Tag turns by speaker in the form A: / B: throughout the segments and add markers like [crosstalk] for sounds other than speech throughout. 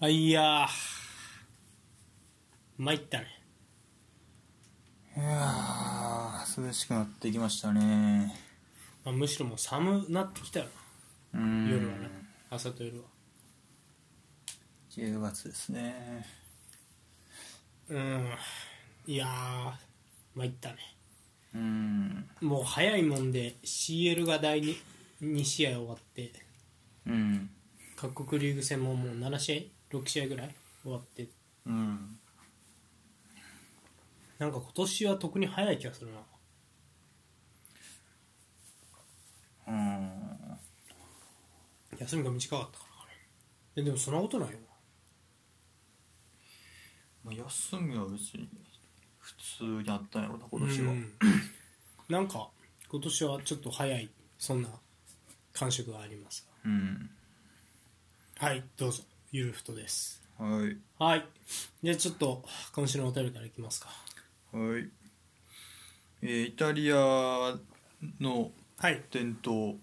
A: あいやー参ったね
B: いやー涼しくなってきましたね
A: まあ、むしろもう寒なってきたよ
B: う
A: な夜
B: ん
A: はね朝と夜は
B: 10月ですね
A: うんいやー参ったね
B: うん
A: もう早いもんで CL が第 2, 2試合終わって
B: うん
A: 各国リーグ戦ももう7試合6試合ぐらい終わって
B: うん
A: なんか今年は特に早い気がするな
B: うん
A: 休みが短かったからかなえでもそんなことないよ
B: まあ休みは別に普通にあったんやろな今
A: な
B: 年は
A: うんなんか今年はちょっと早いそんな感触があります
B: うん、
A: はいどうぞゆるふとです
B: はい
A: はいじゃあちょっと今週のお便りからいきますか
B: はいえーイタリアの
A: はい
B: 伝統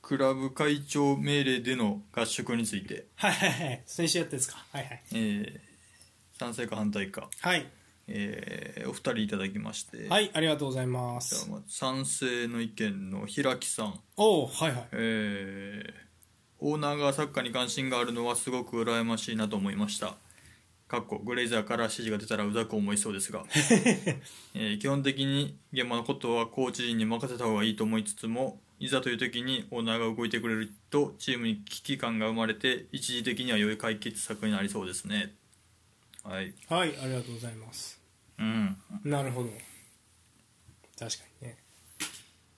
B: クラブ会長命令での合宿について、
A: はいはいはい先週やったですかはいはい
B: えー賛成か反対か
A: はい
B: えーお二人いただきまして、
A: はい、ありがとうございま
B: じゃあ
A: す。
B: まず賛成の意見の平木さん、
A: おお、はいはい。
B: えーオーナーがサッカーに関心があるのはすごく羨ましいなと思いましたかっこグレイザーから指示が出たらうざく思いそう [laughs] ですが、えー基本的に現場のことはコーチ陣に任せた方がいいと思いつつもいざという時にオーナーが動いてくれるとチームに危機感が生まれて一時的には良い解決策になりそうですねはい
A: はい、ありがとうございます。
B: うん
A: なるほど。確かにね。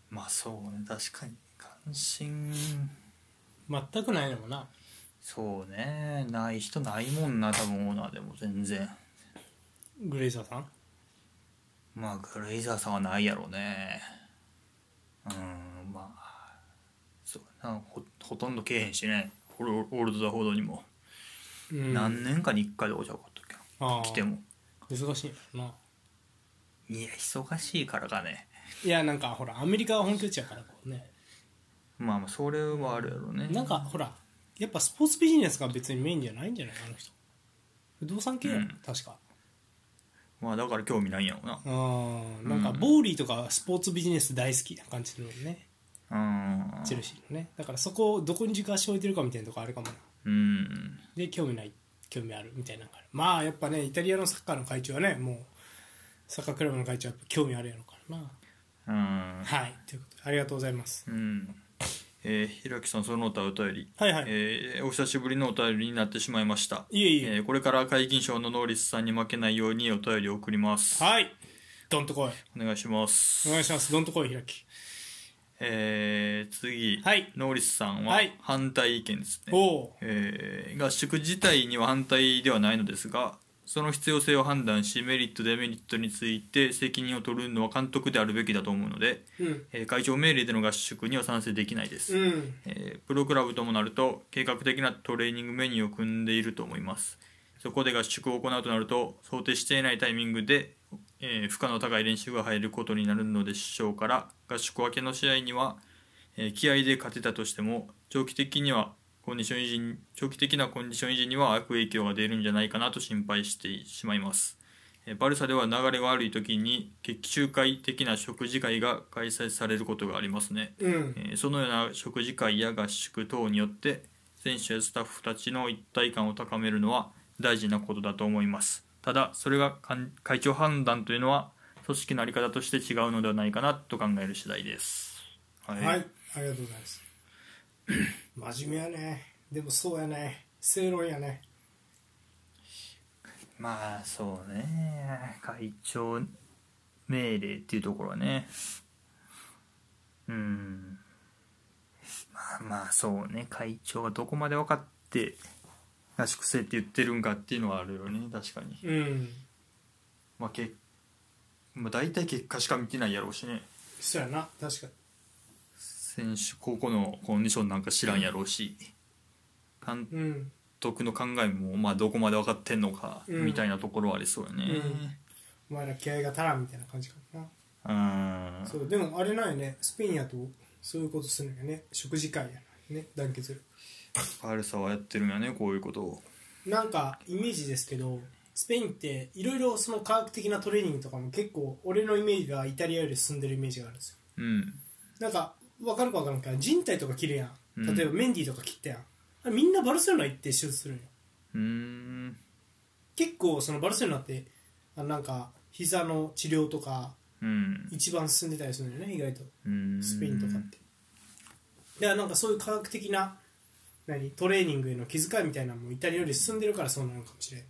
B: まあそうね確かに関心
A: 全くないのもな。
B: そうねない人ないもんな多分オーナーでも全然
A: グレイザーさん。
B: まあグレイザーさんはないやろうねうんまあそうやなほほとんどけえへんしねオールオールドザフォードにも、
A: うん
B: 何年かに1回でおじゃこっとけ
A: ああ
B: 来ても
A: 難しいのない
B: や忙しいからかね
A: いやなんかほらアメリカは本拠地やからこうね
B: まあまあそれはあるやろうね
A: なんかほらやっぱスポーツビジネスが別にメインじゃないんじゃないあの人不動産系やろ、
B: うん
A: 確か
B: まあだから興味ないんやろうな
A: あーなんかボーリーとかスポーツビジネス大好きな感じするもんね
B: うん
A: チェルシーのねだからそこをどこに軸足置いてるかみたいなとこあるかもな
B: うん
A: で興味ない興味あるみたいなのがあるまあやっぱねイタリアのサッカーの会長はねもうサッカークラブの会長はやっぱ興味あるやろからな
B: うん
A: はいということでありがとうございます
B: うん。えー、ひらきさん、その他お便り。
A: はいはい、
B: えーお久しぶりのお便りになってしまいました。
A: いえいえ、
B: えーこれから皆勤賞のノーリスさんに負けないようにお便りを送ります。
A: はいどんとこい
B: お願いします。
A: お願いしますどんとこい開き
B: えー次、
A: はい
B: ノーリスさんは
A: はい
B: 反対意見ですね。
A: おお
B: えー合宿自体には反対ではないのですがその必要性を判断しメリットデメリットについて責任を取るのは監督であるべきだと思うので、
A: うん
B: えー会長命令での合宿には賛成できないです
A: う、ん
B: えープロクラブともなると計画的なトレーニングメニューを組んでいると思いますそこで合宿を行うとなると想定していないタイミングで、えー負荷の高い練習が入ることになるのでしょうから合宿明けの試合には、えー気合で勝てたとしても長期的にはコンディション維持に長期的なコンディション維持には悪影響が出るんじゃないかなと心配してしまいますえーバルサでは流れが悪い時に決起集会的な食事会が開催されることがありますね
A: うん
B: えーそのような食事会や合宿等によって選手やスタッフたちの一体感を高めるのは大事なことだと思いますただそれがかん会長判断というのは組織の在り方として違うのではないかなと考える次第ですはい、
A: はいありがとうございます [clears throat] 真面目やねでもそうやね正論やね
B: まあそうね会長命令っていうところはねうんまあまあそうね会長がどこまで分かって合宿せって言ってるんかっていうのはあるよね確かに
A: うん
B: まあけ、まあ、大体結果しか見てないやろうしね
A: そうやな確かに
B: 選手高校のコンディションなんか知らんやろうし監
A: うん
B: 督の考えもまあどこまで分かってんのか
A: うん
B: みたいなところはありそうよね
A: お前ら気合が足らんみたいな感じかもな
B: うん
A: そうでもあれないねスペインやとそういうことするんやね食事会やね団結する
B: パルサはやってるんやねこういうことを
A: なんかイメージですけどスペインっていろいろその科学的なトレーニングとかも結構俺のイメージがイタリアより進んでるイメージがあるんですよ
B: うん
A: なんか分かるか分からんけど人体とか切るや
B: うん
A: ん例えばメンディーとか切ったやん、あれみんなバルセロナ行って手術するんよ
B: うーん
A: 結構そのバルセロナってあのなんか膝の治療とか
B: うん
A: 一番進んでたりするんだよね意外と
B: うん
A: スペインとかってだからなんかそういう科学的な何トレーニングへの気遣いみたいなのもイタリアより進んでるからそうなのかもしれんね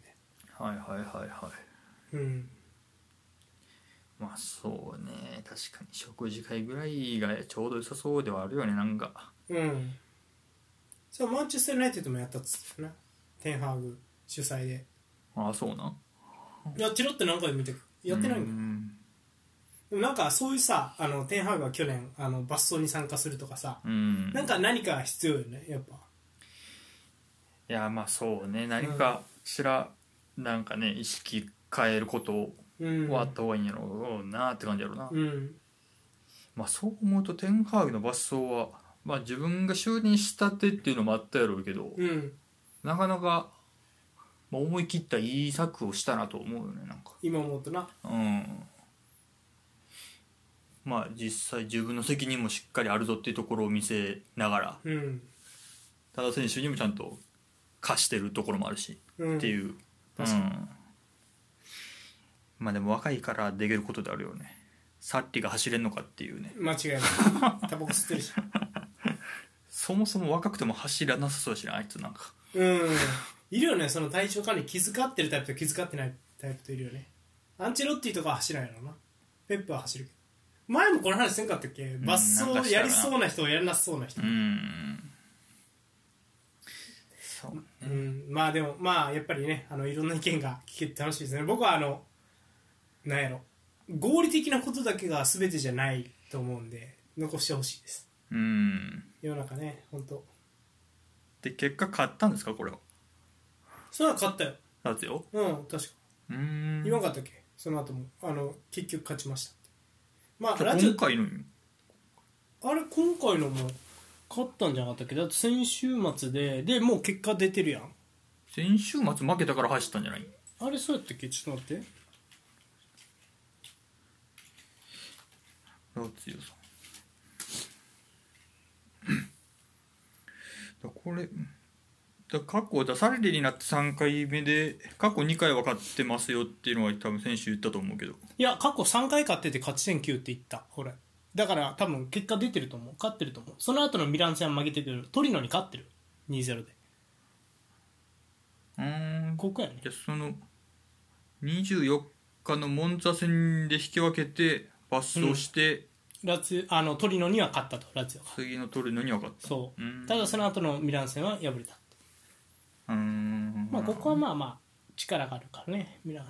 B: はいはいはいはい
A: うん
B: まあそうね確かに食事会ぐらいがちょうど良さそうではあるよねなんか
A: うんそれマンチェスター・ユナイテッドもやったっつってたなテンハーグ主催で
B: ああそうなん
A: いやチロって何回も見てやってないんだよ
B: うん
A: でもなんかそういうさあのテンハーグは去年あの罰走に参加するとかさ
B: うん
A: なんか何か必要よねやっぱ
B: いやまあそうね何かしらなんかね意識変えること
A: うん
B: はあった方がいいんやろうなって感じやろうな、
A: うん
B: まあそう思うとテンハーグの罰走はまあ自分が就任したてっていうのもあったやろうけど、
A: うん
B: なかなか、まあ、思い切ったいい策をしたなと思うよねなんか
A: 今思うとな
B: うんまあ実際自分の責任もしっかりあるぞっていうところを見せながら
A: うん、
B: 多田選手にもちゃんと貸してるところもあるし
A: うん、
B: って
A: う
B: いう、うん
A: 確か
B: まあでも若いからできることであるよねサッリが走れんのかっていうね
A: 間違い
B: [laughs]
A: ないタバコ吸ってるし
B: そもそも若くても走らなさそうやしなあいつなんか
A: うんいるよねその体調管理気遣ってるタイプと気遣ってないタイプといるよねアンチェロッティとかは走らないのなペップは走るけど前もこの話せんかったっけ
B: ん
A: 罰
B: なんか
A: 走
B: した
A: や
B: な
A: りそうな人をやらなさそうな人、
B: うんそう
A: うん、まあでもまあやっぱりねあのいろんな意見が聞けて楽しいですね僕はあのなんやろ合理的なことだけが全てじゃないと思うんで残してほしいです
B: うん
A: 世の中ね本当
B: で結果買ったんですかこれは
A: それは勝ったよ
B: だってよ
A: うん確か
B: うーん
A: 言わんかったっけその後もあの結局勝ちましたってまあ
B: 今
A: ラジ
B: 今回の
A: オあれ今回のも勝ったんじゃなかったっけだって先週末ででもう結果出てるやん
B: 先週末負けたから走ったんじゃない
A: あれそうやったっけちょっと待って
B: ラツィオさん [coughs] だこれだ過去だサレデになって3回目で過去2回は勝ってますよっていうのは多分先週言ったと思うけど
A: いや過去3回勝ってて勝ち点9って言った俺だから多分結果出てると思う勝ってると思うその後のミラン戦は負けてるトリノに勝ってる2-0で
B: うーん
A: ここやね
B: じゃあその24日のモンツァ戦で引き分けて罰走して、
A: ラツあのトリノには勝ったとラツィオが
B: 次の取るのに分かった
A: そう、
B: うん
A: ただその後のミラン戦は敗れたって
B: うーん
A: まあここはまあまあ力があるからねミラン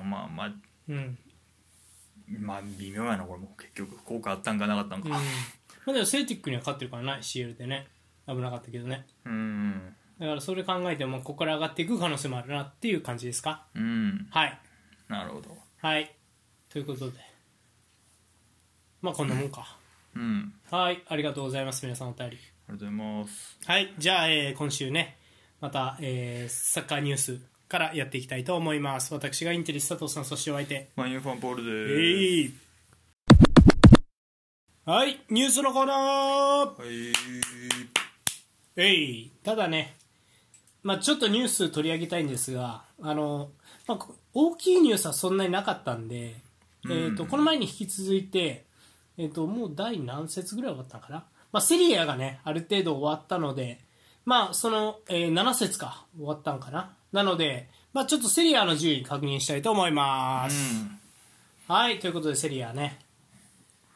B: うんまあまあ
A: うん
B: まあ微妙やなこれも結局効果あったんかなかったん
A: うんま
B: か
A: あでもセルティックには勝ってるからな CL でね危なかったけどね
B: うん
A: だからそれ考えてもここから上がっていく可能性もあるなっていう感じですか
B: うん、うん、
A: はい
B: なるほど
A: はいということでまあこんなもんか、
B: うん
A: はいありがとうございます皆さんお便り
B: ありがとうございます
A: はいじゃあ、えー今週ねまた、えーサッカーニュースからやっていきたいと思います私がインテリス佐藤さんそしてお相手
B: マインファンポールで
A: え
B: ー
A: いはいニュースのコーナー
B: す、はい
A: えいただね、まあ、ちょっとニュース取り上げたいんですがあの、まあ、こ大きいニュースはそんなになかったんで、
B: うん
A: えー、とこの前に引き続いて、えー、ともう第何節ぐらい終わったのかな、まあ、セリアがねある程度終わったので、まあそのえー7節か終わったのかななので、まあ、ちょっとセリアの順位確認したいと思います。
B: うん
A: はい、ということでセリアね、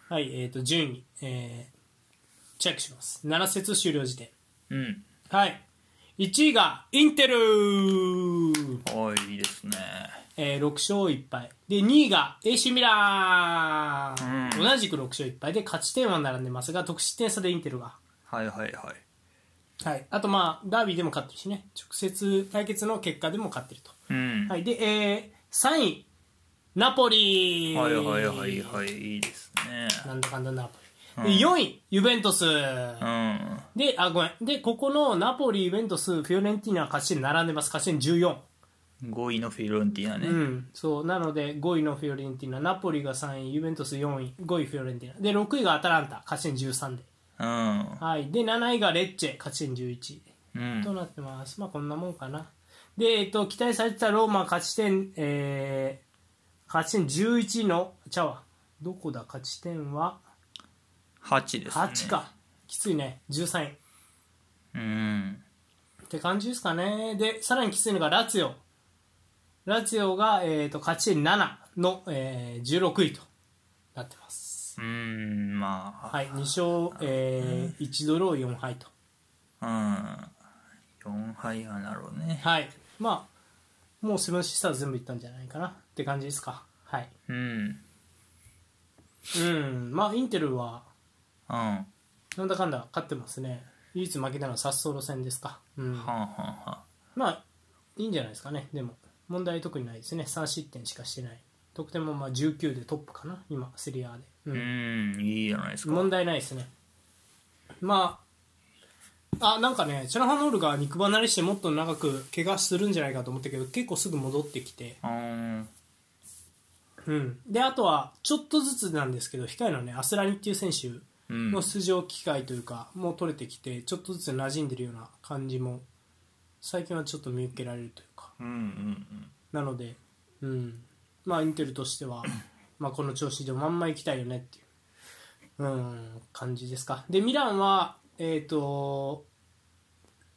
A: はいえー、と順位、えーチェックします。7節終了時点
B: うん
A: はい。1位がインテル、
B: はいいいですね
A: えー6勝1敗。で、2位が AC ミラン、
B: うん
A: 同じく6勝1敗で勝ち点は並んでますが、得失点差でインテルが。
B: はいはいはい
A: はい。あと、まあ、ダービーでも勝ってるしね。直接対決の結果でも勝ってると。
B: うん、
A: はい。で、えー3位、ナポリ
B: はいはいはいはいいいですね
A: なんだかんだナポで4位、ユベントス。
B: うん
A: で、あ、ごめん。で、ここのナポリ、ユベントス、フィオレンティーナ、勝ち点並んでます。勝ち点14。
B: 5位のフィロンティーナね、
A: うん、そうなので5位のフィオレンティーナナポリが3位ユベントス4位5位フィオレンティーナで6位がアタランタ勝ち点13で,、
B: うん
A: はい、で7位がレッチェ勝ち点11
B: うん
A: となってますまあこんなもんかなで、えっと、期待されてたローマ勝ち点、えー勝ち点11のちゃうわどこだ勝ち点は
B: 8ですね
A: 8か、きついね13位
B: うん
A: って感じですかね。で、さらにきついのがラツィオ。ラツィオが、えー、と勝ち点7の、えー、16位となってます。
B: うんま
A: はい、2勝、えー、1ドロー4敗と。
B: あ、うん、4敗はなろうね、
A: はい、まあ、もうセブンシスターズ全部いったんじゃないかなって感じですか。はい。
B: うん
A: うん、まあ、インテルは、
B: うんは
A: なんだかんだ勝ってますね。唯一負けたのは殺走路戦ですか。うん。
B: あ、はあは
A: まあ、いいんじゃないですかね。でも、問題特にないですね。3失点しかしてない。得点もまあ19でトップかな、今、セリアで。う
B: あ、うんいいじゃないですか
A: 問題ないですねまああなんかねチャラハノールが肉離れしてもっと長く怪我するんじゃないかと思ったけど結構すぐ戻ってきて、
B: うん
A: うん、であとはちょっとずつなんですけど控えのねアスラニっていう選手
B: うん
A: の出場機会というか、もう取れてきてちょっとずつ馴染んでるような感じも最近はちょっと見受けられるというか
B: うんうん
A: なので、うんまあ、インテルとしては、まあ、この調子でまんま行きたいよねっていう、うん、感じですか。で、ミランは、えー、と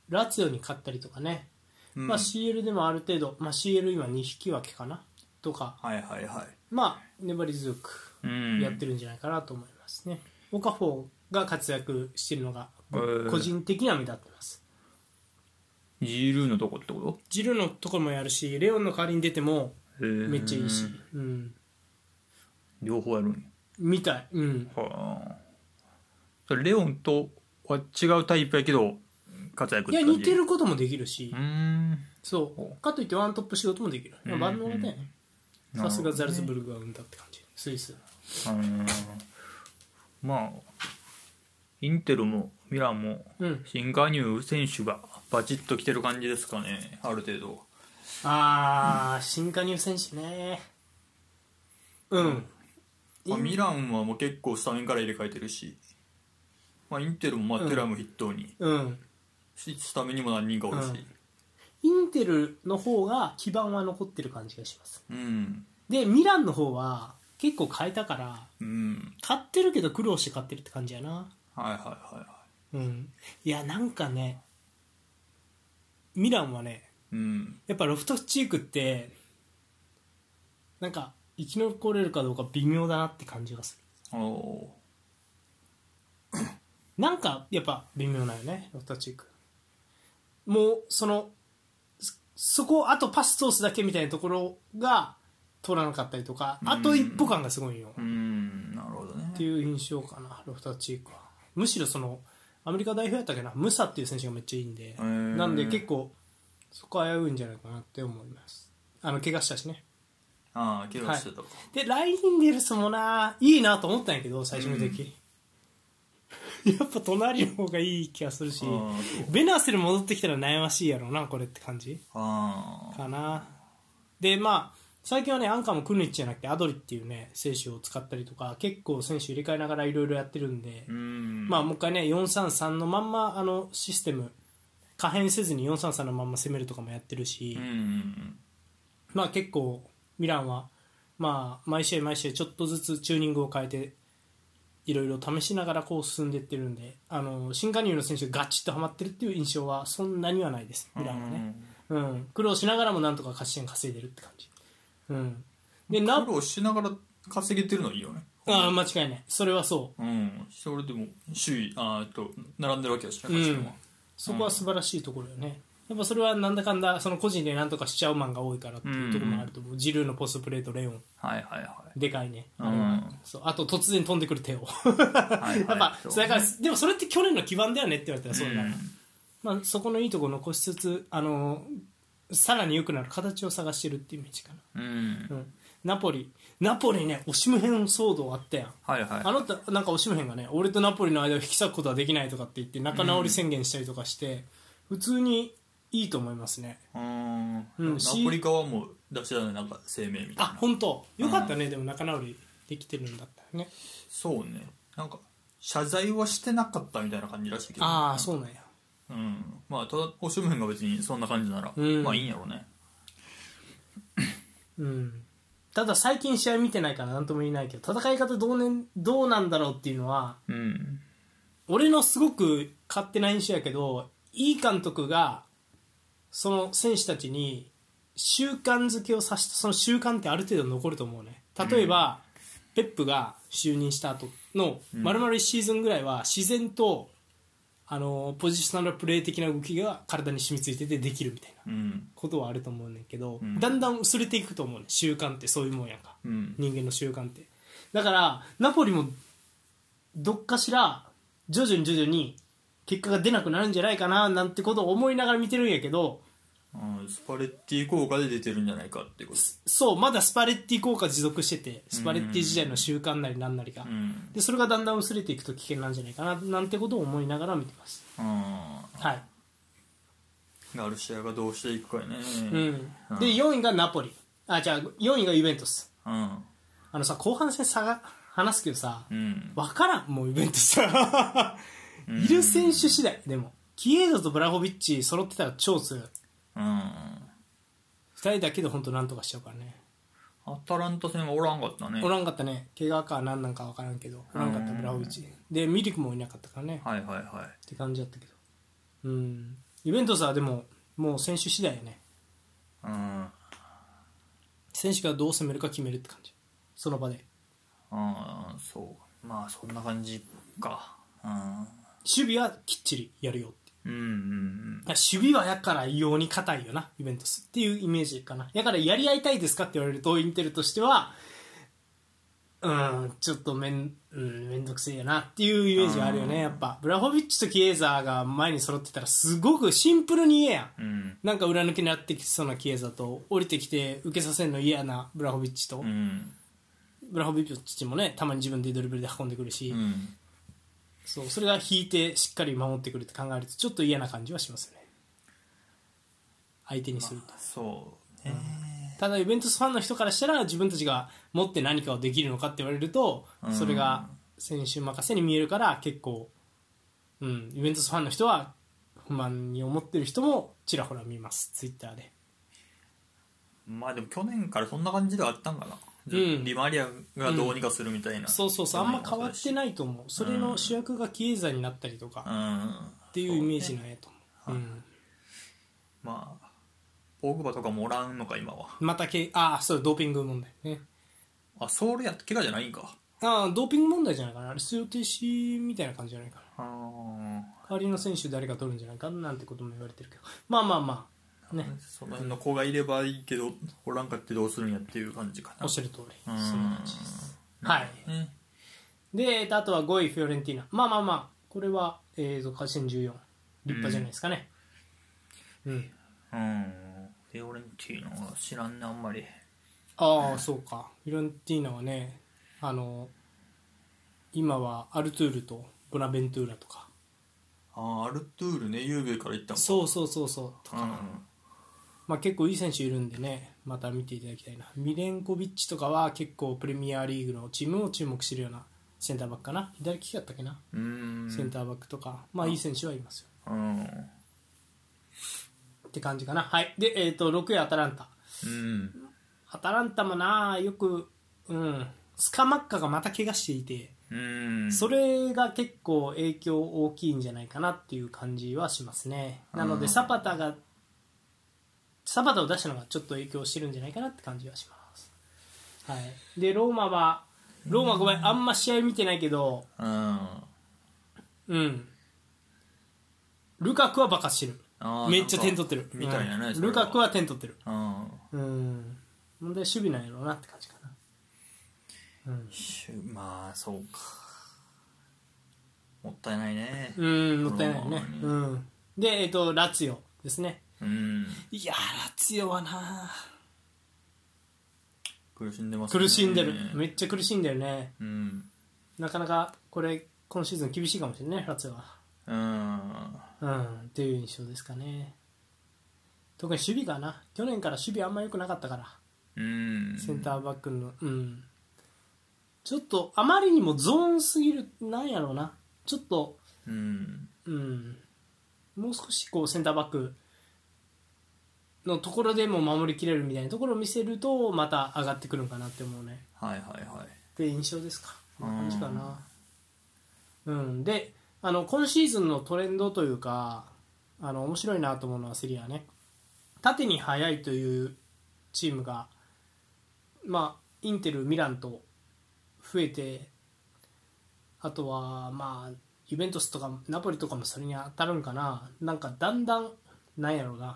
A: ラツィオに勝ったりとかね、
B: うん
A: まあ、CL でもある程度、まあ、CL 今2引き分けかなとか、
B: はいはいはい
A: まあ、粘り強く
B: うん
A: やってるんじゃないかなと思いますね。オカフォーが活躍してるのが
B: へー
A: 個人的には目立ってます。
B: ジルーのとこってこ
A: ジルーのところもやるし、レオンの代わりに出ても
B: とめ
A: めっちゃいいし、うん、
B: 両方やるんや
A: みたい。うん
B: はあそれレオンとは違うタイプやけど活躍っ
A: いや
B: 感じ
A: 似てることもできるし
B: うー、ん
A: そうかといってワントップ仕事もできる、まあ万能だね
B: なるほどね
A: さすがザルツブルグが生んだって感じスイス
B: うんまあインテルもミランも
A: うん
B: 新加入選手がバチッと来てる感じですかねある程度
A: ああ、新加入選手ねうん
B: まあ、ミランはもう結構スタメンから入れ替えてるし、まあ、インテルもまあテラム筆頭に、
A: うん
B: しスタメンにも何人かおるし
A: インテルの方が基盤は残ってる感じがします
B: うん
A: でミランの方は結構変えたから
B: うん
A: 買ってるけど苦労して買ってるって感じやな
B: はいはいはいは
A: うんいやなんかねミランはね
B: いうん
A: やっぱロフトフチークってなんか生き残れるかどうか微妙だなって感じがす
B: おお
A: るなんかやっぱ微妙なよねロフトフチークもうそのそそこをあとパス通すだけみたいなところが通らなかったりとかあと一歩感がすごいよ
B: う
A: っ
B: んなるほどね
A: ていう印象かなロフトフチークはむしろそのアメリカ代表やったっけなムサっていう選手がめっちゃいいんで
B: ー
A: なんで結構そこ危ういんじゃないかなって思いますあの怪我したしね
B: ああ怪我してたか、
A: でラインデルスもないいなと思ったんやけど最終的、やっぱ隣の方がいい気がするし
B: ああそう
A: ベナーセル戻ってきたら悩ましいやろうなこれって感じ
B: ああ
A: かなでまあ最近はねアンカーもクヌイッチじゃなくてアドリっていうね選手を使ったりとか結構選手入れ替えながらいろいろやってるんで、
B: うん
A: まあもう一回ね433のまんまあのシステム可変せずに433のまんま攻めるとかもやってるし、
B: うんうん
A: まあ結構ミランは、まあ、毎試合毎試合ちょっとずつチューニングを変えていろいろ試しながらこう進んでいってるんであの新加入の選手がガチッとはまってるっていう印象はそんなにはないです
B: うん
A: ミランはね、うん、苦労しながらもなんとか勝ち点稼いでるって感じ、うん、でな
B: 苦労しながら稼げてるのいいよね
A: あー間違いないそれはそう
B: うんそれでも首位あーえっと並んでるわけだしね
A: うん
B: 勝ち点は
A: そこは素晴らしいところよね、やっぱそれはなんだかんだその個人でなんとかしちゃうマンが多いからっていうところもあると思う、ジルーのポストプレートレオン
B: はいはい
A: [laughs]
B: は
A: でかいね、あれ
B: う
A: は
B: ん
A: そうあと突然飛んでくる手を
B: い
A: やっぱ
B: そう
A: それからでもそれって去年の基盤だよねって言われたら
B: い
A: そうだな、まあ、そこのいいところ残しつつあのさらに良くなる形を探してるっていうイメージかな、
B: うんうん
A: うん、ナポリナポリねオシムヘン騒動あったやん
B: はいはい
A: あのたなんかオシムヘンがね俺とナポリの間を引き裂くことはできないとかって言って仲直り宣言したりとかして、普通にいいと思いますね
B: うーん
A: うん
B: ナポリカはもう出してたねなんか声明みたい
A: あ
B: な
A: 本当よかったね、でも仲直りできてるんだったらね
B: そうねなんか謝罪はしてなかったみたいな感じらしいけど
A: ああそうなんや
B: うんまあただオシムヘンが別にそんな感じなら、
A: うん
B: まあいいんやろうね
A: うんただ最近試合見てないから何とも言えないけど戦い方どう,、ね、どうなんだろうっていうのは
B: うん
A: 俺のすごく勝手な印象やけどいい監督がその選手たちに習慣づけをさしたその習慣ってある程度残ると思うね例えば、ペップが就任した後の
B: ん
A: 丸々1シーズンぐらいは自然とあのポジショナルプレー的な動きが体に染みついててできるみたいな
B: うん
A: ことはあると思うねんけど、
B: うん
A: だんだん薄れていくと思うね習慣ってそういうもんやんか
B: うん
A: 人間の習慣ってだからナポリもどっかしら徐々に徐々に結果が出なくなるんじゃないかななんてことを思いながら見てるんやけど
B: あースパレッティ効果で出てるんじゃないかってこと
A: そうまだスパレッティ効果持続しててスパレッティ時代の習慣なりなんなりが、
B: うん
A: でそれがだんだん薄れていくと危険なんじゃないかななんてことを思いながら見てます
B: あ
A: はい、
B: ーガルシアがどうしていくかやね
A: うん
B: うん
A: で4位がナポリあじゃあ4位がユベントス
B: うん
A: あのさ後半戦差が話すけどさ、
B: うん
A: 分からんもうイベントさいる選手次第でもキエードとブラホビッチ揃ってたら超強い
B: うん
A: 2人だけで本当なんとかしちゃうからね
B: アタランタ戦はおらんかったね
A: おらんかったね怪我か何なんか分からんけどおらんかったブラホビッチでミリクもいなかったからね
B: はいはいは
A: って感じだったけどうんイベントさでももう選手次第やね
B: いうん
A: 選手がどう攻めるか決めるって感じその場で
B: ああそうまあそんな感じかう
A: 守備はきっちりやるよって
B: んうん
A: だから守備はやから異様に硬いよな、イベントスっていうイメージかな。やからやり合いたいですかって言われると、インテルとしては、うん、ちょっとめん、うん、めんどくせえよなっていうイメージはあるよ
B: うん
A: ね、やっぱ。ブラホビッチとキエーザーが前に揃ってたら、すごくシンプルに嫌やん。
B: うんうん
A: なんか裏抜けになってきそうなキエーザーと、降りてきて受けさせるの嫌なブラホビッチと、
B: うん
A: ブラホビッチもね、たまに自分でドリブルで運んでくるし、
B: うん
A: そう、それが引いてしっかり守ってくるって考えると、ちょっと嫌な感じはしますよね。相手にすると。
B: そうね
A: ただユベントスファンの人からしたら自分たちが持って何かをできるのかって言われると
B: うん
A: それが選手任せに見えるから結構、うん、ユベントスファンの人は不満に思ってる人もちらほら見ますツイッターで
B: まあでも去年からそんな感じではあったんかな、
A: うん
B: リマリアがどうにかするみたいな、
A: そうそうそうあんま変わって
B: い
A: ないと思うそれの主役がキエザになったりとかっていうイメージなんやと思う、うん、
B: まあポグバとかもおらんのか今は
A: またけああそうドーピング問題ね
B: あソウルや怪我じゃないんか
A: ああドーピング問題じゃないかなあれ出場停止みたいな感じじゃないかな
B: あ
A: 代
B: ー
A: わりの選手誰か取るんじゃないかなんてことも言われてるけどまあまあまあね
B: その辺の子がいればいいけどおらんかってどうするんやっていう感じか
A: おっ
B: な
A: しゃる通り
B: うん
A: そんな感じですはい
B: ね
A: でえっとあとは5位フィオレンティーナまあまあまあこれは、えー、と勝ち点14立派じゃないですかねうん、
B: うんフィオレンティーノは知らんねあんまり
A: ああそうかフィオレンティーナはねあの今はアルトゥールとボナベントゥーラとか
B: ああアルトゥールねゆうべから行ったもん
A: そうそうそうそうと
B: う
A: か、
B: ん
A: まあ、結構いい選手いるんでねまた見ていただきたいなミレンコビッチとかは結構プレミアリーグのチームを注目してるようなセンターバックかな左利きだったっけな、
B: うん
A: センターバックとかまあいい選手はいますよ
B: うん
A: って感じかな。はい。で、えっ、と、6位アタランタ。
B: うん
A: アタランタもな、よく、うん、スカマッカがまた怪我していて、
B: うん
A: それが結構影響大きいんじゃないかなっていう感じはしますね。なの
B: う
A: で、
B: ん
A: サパタが、サパタを出したのがちょっと影響してるんじゃないかなって感じはします。はい。で、ローマは、ローマごめん、あんま試合見てないけど、
B: うんあ
A: うん。ルカクはバカしてる。
B: ー
A: めっちゃ点取ってる。
B: なんかみたいなね
A: うん
B: それ
A: ル
B: は
A: カクは点取ってる。
B: うん
A: うん問題は守備なんやろうなって感じかな
B: しゅまあそうかもったいないね
A: うん、うん、もったいないよね、うん、で、えっとラツィオですね
B: うん
A: いやーラツィオはな
B: 苦しんでますね
A: 苦しんでる、めっちゃ苦しんでるね
B: うん
A: なかなかこれ今シーズン厳しいかもしれない夏は
B: う
A: う
B: ん
A: んっていう印象ですかね特に守備かな去年から守備あんま良くなかったから
B: うん
A: センターバックのうん、ちょっとあまりにもゾーンすぎるなんやろうなちょっと
B: うん
A: うんもう少しこうセンターバックのところでも守りきれるみたいなところを見せるとまた上がってくるんかなって思うね
B: はいはいはい
A: って印象ですかこ
B: うん
A: んな感じかなうんであの今シーズンのトレンドというかあの面白いなと思うのはセリアね縦に速いというチームがまあインテルミランと増えてあとはまあユベントスとかナポリとかもそれに当たるんかななんかだんだんなんやろうな、
B: うん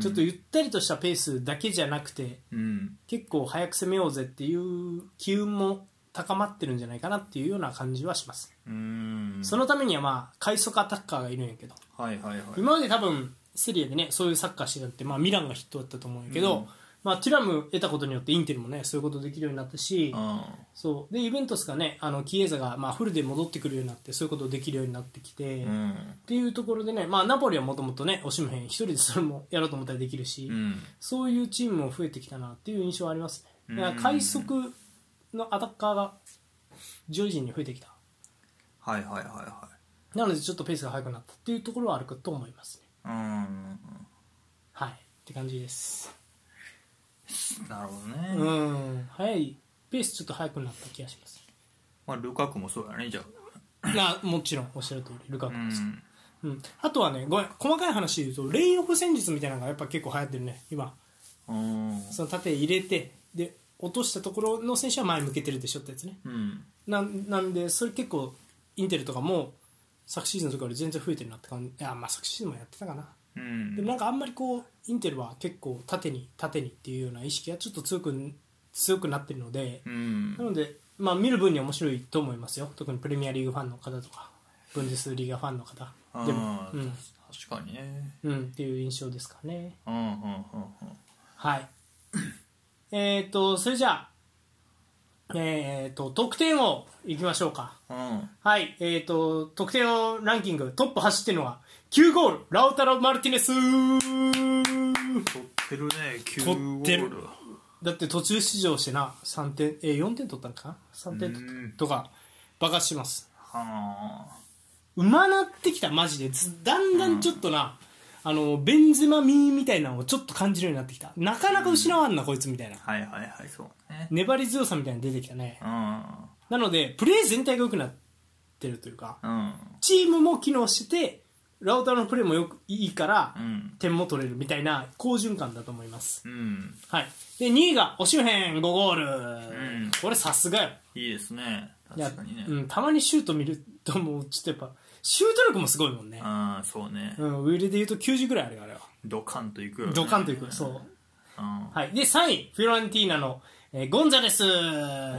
A: ちょっとゆったりとしたペースだけじゃなくて
B: うん
A: 結構早く攻めようぜっていう機運も高まってるんじゃないかなっていうような感じはします、
B: うん
A: そのためにはまあ快速アタッカーがいるんやけど、
B: はいはいはい
A: 今まで多分セリアでねそういうサッカーしてたって、まあ、ミランがヒットだったと思うんやけど、
B: うん
A: まあ、テュラム得たことによってインテルもねそういうことできるようになったし、
B: あ
A: そうでイベントスがねあのキエザがまあフルで戻ってくるようになってそういうことできるようになってきて、
B: ーう
A: っ
B: ん
A: ていうところでね、まあ、ナポリはもともとねオシムヘン一人でそれもやろうと思ったらできるし、
B: うん
A: そういうチームも増えてきたなっていう印象はあります
B: うん
A: ね。だから快速のアタッカーが徐々に増えてきた。
B: はいはいはいは
A: なのでちょっとペースが速くなったっていうところはあるかと思いますね。
B: いうん
A: はい。って感じです。
B: なるほど
A: う
B: ね、
A: ん。速い。ペースちょっと速くなった気がします。
B: まあルカクもそうやねじゃあ
A: なもちろんおっしゃる通り、ルカ
B: う
A: クです。
B: ん
A: うん。あとはね、ごめん、細かい話で言うと、レインオフ戦術みたいなのがやっぱ結構流行ってるね、今。
B: うん
A: その縦入れて、で、落としたところの選手は前向けてるでしょってやつね。
B: うん
A: なんなんでそれ結構インテルとかも昨シーズンとかより全然増えてるなって感じいやまあ昨シーズンもやってたかな、
B: うん
A: でもなんかあんまりこうインテルは結構縦に縦にっていうような意識がちょっと強く強くなってるので、
B: うん
A: なので、まあ、見る分には面白いと思いますよ特にプレミアリーグファンの方とかブンデスリーガファンの方でも
B: あ、
A: う
B: ー
A: ん
B: 確かにね
A: うん、っていう印象ですかね
B: うんうんうんうん
A: はいえっとそれじゃあえっと得点王いきましょうか
B: うん
A: はい、えー、と、得点のランキング、トップ走ってるのは、9ゴール、ラウタロ・マルティネス
B: 取ってるね9
A: 取ってる
B: ゴール
A: だって途中出場してな、3点、えー、4点取ったのかな ?3 点取
B: うん
A: ったとか、バカします。
B: はあ
A: うまなってきた、マジで。ずだんだんちょっとな、あの、ベンゼマミーみたいなのをちょっと感じるようになってきた。なかなか失わんな、こいつみたいな。
B: はいはいはいそうね
A: 粘り強さみたいなの出てきたね
B: う。ん
A: なので、プレー全体が良くなってるというか、
B: うん
A: チームも機能してて、ラウタロのプレーもよくいいから、
B: うん
A: 点も取れるみたいな好循環だと思います、
B: うん
A: はい、で2位がお周辺5ゴール、
B: ん
A: これさすがよ
B: いいですね
A: いや
B: 確かにね
A: うん、たまにシュート見るともうちょっとやっぱシュート力もすごいもんね、
B: ああそうね
A: うん、ウィルでいうと90ぐらいあるよあれは
B: ドカンといくよね
A: ドカンといくそう、
B: うん
A: はい、で3位フィロレンティーナの、えーゴンザレス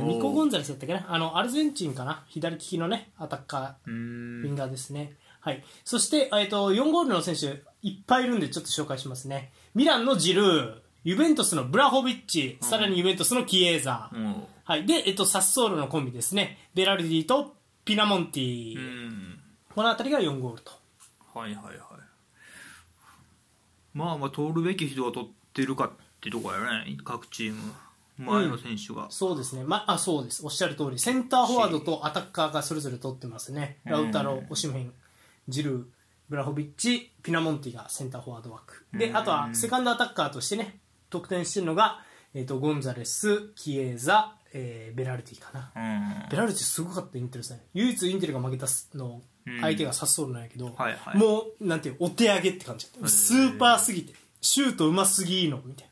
A: ニコ・ゴンザレスだったっけなあのアルゼンチンかな左利きのねアタッカ
B: う
A: ーウィ
B: ん
A: ンガーですね、はい、そして、えー、と4ゴールの選手いっぱいいるんでちょっと紹介しますねミランのジルーユベントスのブラホビッチ、さらにユベントスのキエーザー、
B: も
A: はい、で、えっと、サッソーロのコンビですねベラルディとピナモンティ、
B: ううん
A: この辺りが4ゴールと
B: はいはいはいまあまあ通るべき人が取ってるかってとこやね各チーム前の選手が、
A: そうですね、まあ、そうです、おっしゃる通り、センターフォワードとアタッカーがそれぞれ取ってますね、ラウタロ、オシムヘン、ジルー、ブラホビッチ、ピナモンティがセンターフォワード枠、であとはセカンドアタッカーとしてね、得点してるのが、えー、とゴンザレス、キエーザ、えーベラルティかな、
B: うんはい
A: ベラルティすごかった、インテルさん、唯一インテルが負けたの
B: うん
A: 相手がサッソールなんやけど、
B: はいはい
A: もう、なんていう、お手上げって感じだった、スーパーすぎて、シュートうますぎのみたいな。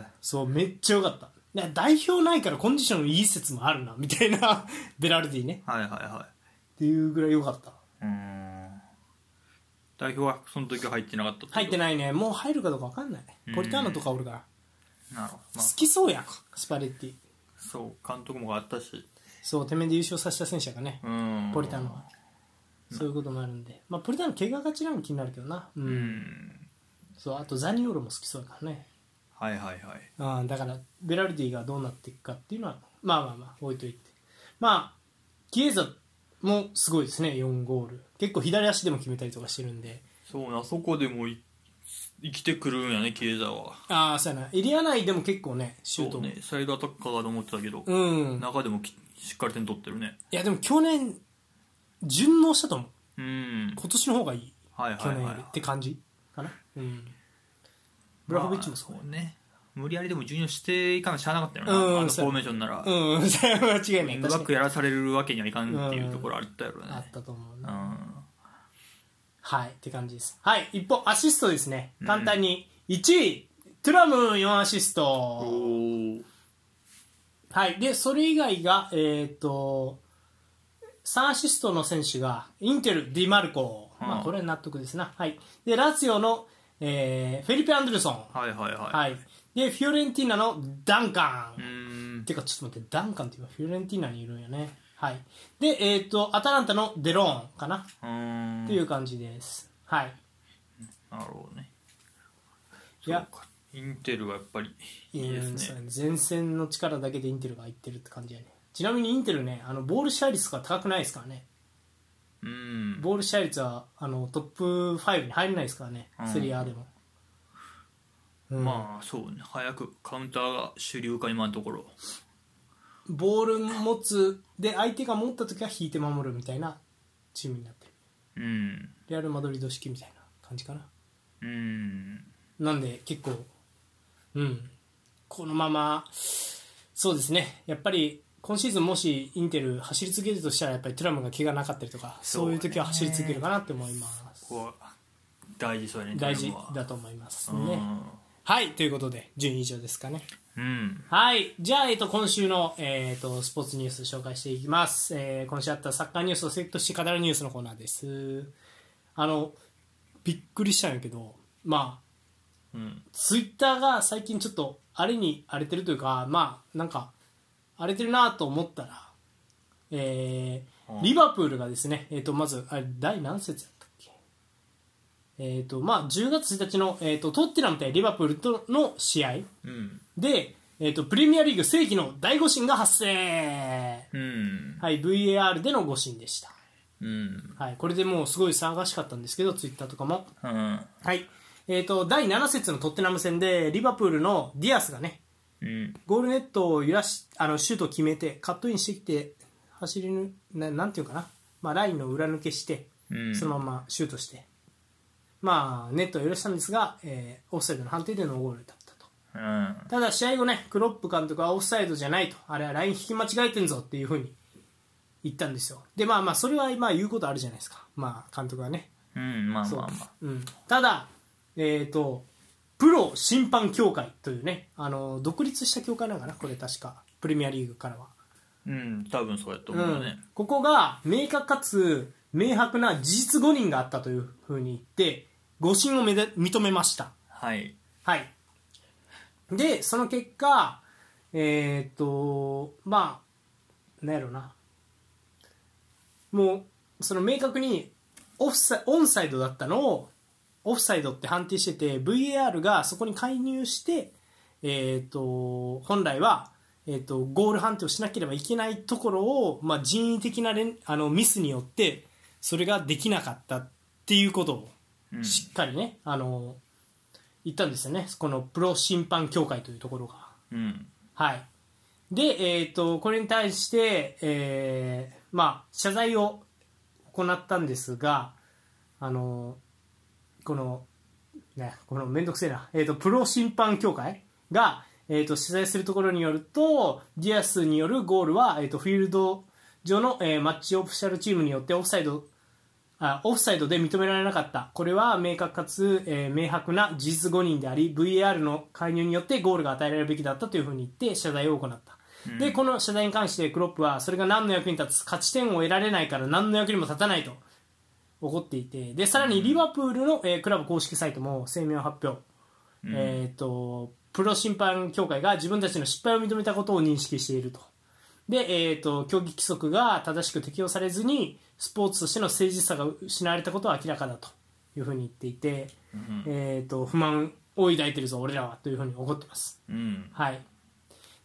B: え
A: そうめっちゃ良かったいや代表ないからコンディションいい説もあるなみたいな [laughs] ベラルディね
B: はいはいは
A: っていうぐらい良かった
B: いうん代表はその時は入ってなかった
A: 入って
B: い
A: ないねもう入るかどうか分かんないポリターノとかおるから
B: なるほど、
A: 好
B: まあ、
A: きそうやんスパレッティ
B: そう監督もあったし
A: そうてめえで優勝させた選手やからね
B: うん
A: ポリターノはそういうこともあるんで、まあ、ポリターノ怪我がちなの気になるけどなうん、
B: うん
A: そうあとザニオーロも好きそうやからね
B: はいはいはい
A: あーだからベラルディがどうなっていくかっていうのはまあまあまあ置いといてまあキエザもすごいですね4ゴール結構左足でも決めたりとかしてるんで
B: そうなあそこでもい生きてくるんやねキエザは
A: ああそうやなエリア内でも結構ねシュー
B: そ
A: ト
B: う
A: も
B: ねサイドアタッカーだと思ってたけど、
A: うん
B: 中でもきしっかり点取ってるね
A: いやでも去年順応したと思う
B: うん
A: 今年の方がいい
B: はい
A: 去
B: はい
A: 年
B: は
A: よ
B: い
A: りって感じかな、うん、ブラホビッチもそう、
B: まあね無理やりでも順応していかなしゃあなかったよな、
A: うん
B: あのフ
A: そう
B: ォーメーションなら、
A: うん [laughs] それは間違い
B: ウ
A: な
B: ィ
A: い
B: ン
A: 確
B: グバ
A: か
B: ッ
A: に
B: クやらされるわけにはいかんっていうところあったやろ
A: あ
B: ね
A: っ、たと思う
B: う
A: な、
B: ん、
A: はいって感じですはい一方アシストですね簡単に1位トゥラム4アシス
B: お
A: ト
B: お
A: はいでそれ以外がえっ、と3アシストの選手がインテル、ディマルコ、ま
B: う
A: あ、
B: ん
A: これは納得ですな、はい、でラツィオの、えーフェリペ・アンドルソン、
B: はいはいはい、
A: はい、でフィオレンティーナのダンカ
B: う
A: ン、
B: ん
A: てかちょっと待ってダンカンって今フィオレンティーナにいるんやねはいでえっ、とアタランタのデローンかな、
B: うん
A: っていう感じですはい
B: なるほどね
A: いや
B: そうかインテルはやっぱりいいですね
A: うんそう前線の力だけでインテルがいってるって感じやねちなみにインテルねあのボール支配率が高くないですからね
B: うん
A: ボール支配率はあのトップ5に入れないですからね、
B: うん
A: セリアでも、うん
B: まあそうね早くカウンターが主流か今のところ
A: ボール持つで相手が持った時は引いて守るみたいなチームになってる
B: うん
A: レアル・マドリード式みたいな感じかな
B: うん
A: なんで結構、うん、このまま、そうですね、やっぱり今シーズン、もしインテル走り続けるとしたら、やっぱりトゥラムが怪我なかったりとか、そういう時は走り続けるかなって思います。
B: ここは大事そうやね
A: 大事
B: だ
A: だと思いますね。はい、ということで、順位以上ですかね。
B: うん
A: はい。じゃあ、えっと、今週の、えっと、スポーツニュース紹介していきます。えー今週あったサッカーニュースをセットして語るニュースのコーナーです。あの、びっくりしたんやけど、まあ、
B: うん
A: ツイッターが最近ちょっと荒れに荒れてるというかまあなんか荒れてるなと思ったら、えー
B: うん
A: リバプールがですね、えー、とまずあれ第何節やったっけえっ、とまあ10月1日の、えー、とトッテナム対リバプールとの試合
B: うん
A: で、えー、とプレミアリーグ世紀の大誤審が発生
B: うん
A: はい VAR での誤審でした
B: うん
A: はいこれでもうすごい騒がしかったんですけどツイッターとかも
B: うん
A: はい。えっ、と、第7節のトッテナム戦で、リバプールのディアスがね、
B: うん
A: ゴールネットを揺らし、あの、シュートを決めて、カットインしてきて、走りぬ、ななんていうかな、まあ、ラインの裏抜けして、
B: うん
A: そのままシュートして、まあ、ネットを揺らしたんですが、えーオフサイドの判定でのゴールだったと。
B: うん
A: ただ、試合後ね、クロップ監督はオフサイドじゃないと、あれはライン引き間違えてんぞっていうふうに言ったんですよ。で、まあまあ、それはまあ言うことあるじゃないですか、まあ、監督はね。
B: うんまあ
A: そう
B: まあまあ
A: うん、ただ、えー、とプロ審判協会というねあの独立した協会なんかなこれ確かプレミアリーグからは、
B: うん多分そうやと
A: う
B: 思うんね
A: ここが明確かつ明白な事実誤認があったというふうに言って誤審をめで認めました
B: はい
A: はいでその結果えっ、とまあなんやろなもうその明確にオフサオンサイドだったのをオフサイドって判定してて VAR がそこに介入して、えー、と本来は、えー、とゴール判定をしなければいけないところを、まあ、人為的な連あのミスによってそれができなかったっていうことを
B: うん
A: しっかりね、あの言ったんですよねこのプロ審判協会というところが。
B: うん
A: はい、で、えー、とこれに対して、えーまあ、謝罪を行ったんですがあのこの、ね、このめんどくせえな、えー、とプロ審判協会が、えー、と謝罪するところによるとディアスによるゴールは、えー、とフィールド上の、えーマッチオフィシャルチームによってオフサイドあオフサイドで認められなかったこれは明確かつ、えー明白な事実誤認であり VAR の介入によってゴールが与えられるべきだったというふうに言って謝罪を行った、
B: うん
A: でこの謝罪に関してクロップはそれが何の役に立つ勝ち点を得られないから何の役にも立たないと怒っていてでさらにリバプールの、えークラブ公式サイトも声明を発表、
B: うん
A: えー、とプロ審判協会が自分たちの失敗を認めたことを認識しているとで、えー、と競技規則が正しく適用されずにスポーツとしての誠実さが失われたことは明らかだというふうに言っていて、
B: うん
A: えー、と不満を抱いてるぞ俺らはというふうに思ってます
B: うん
A: はい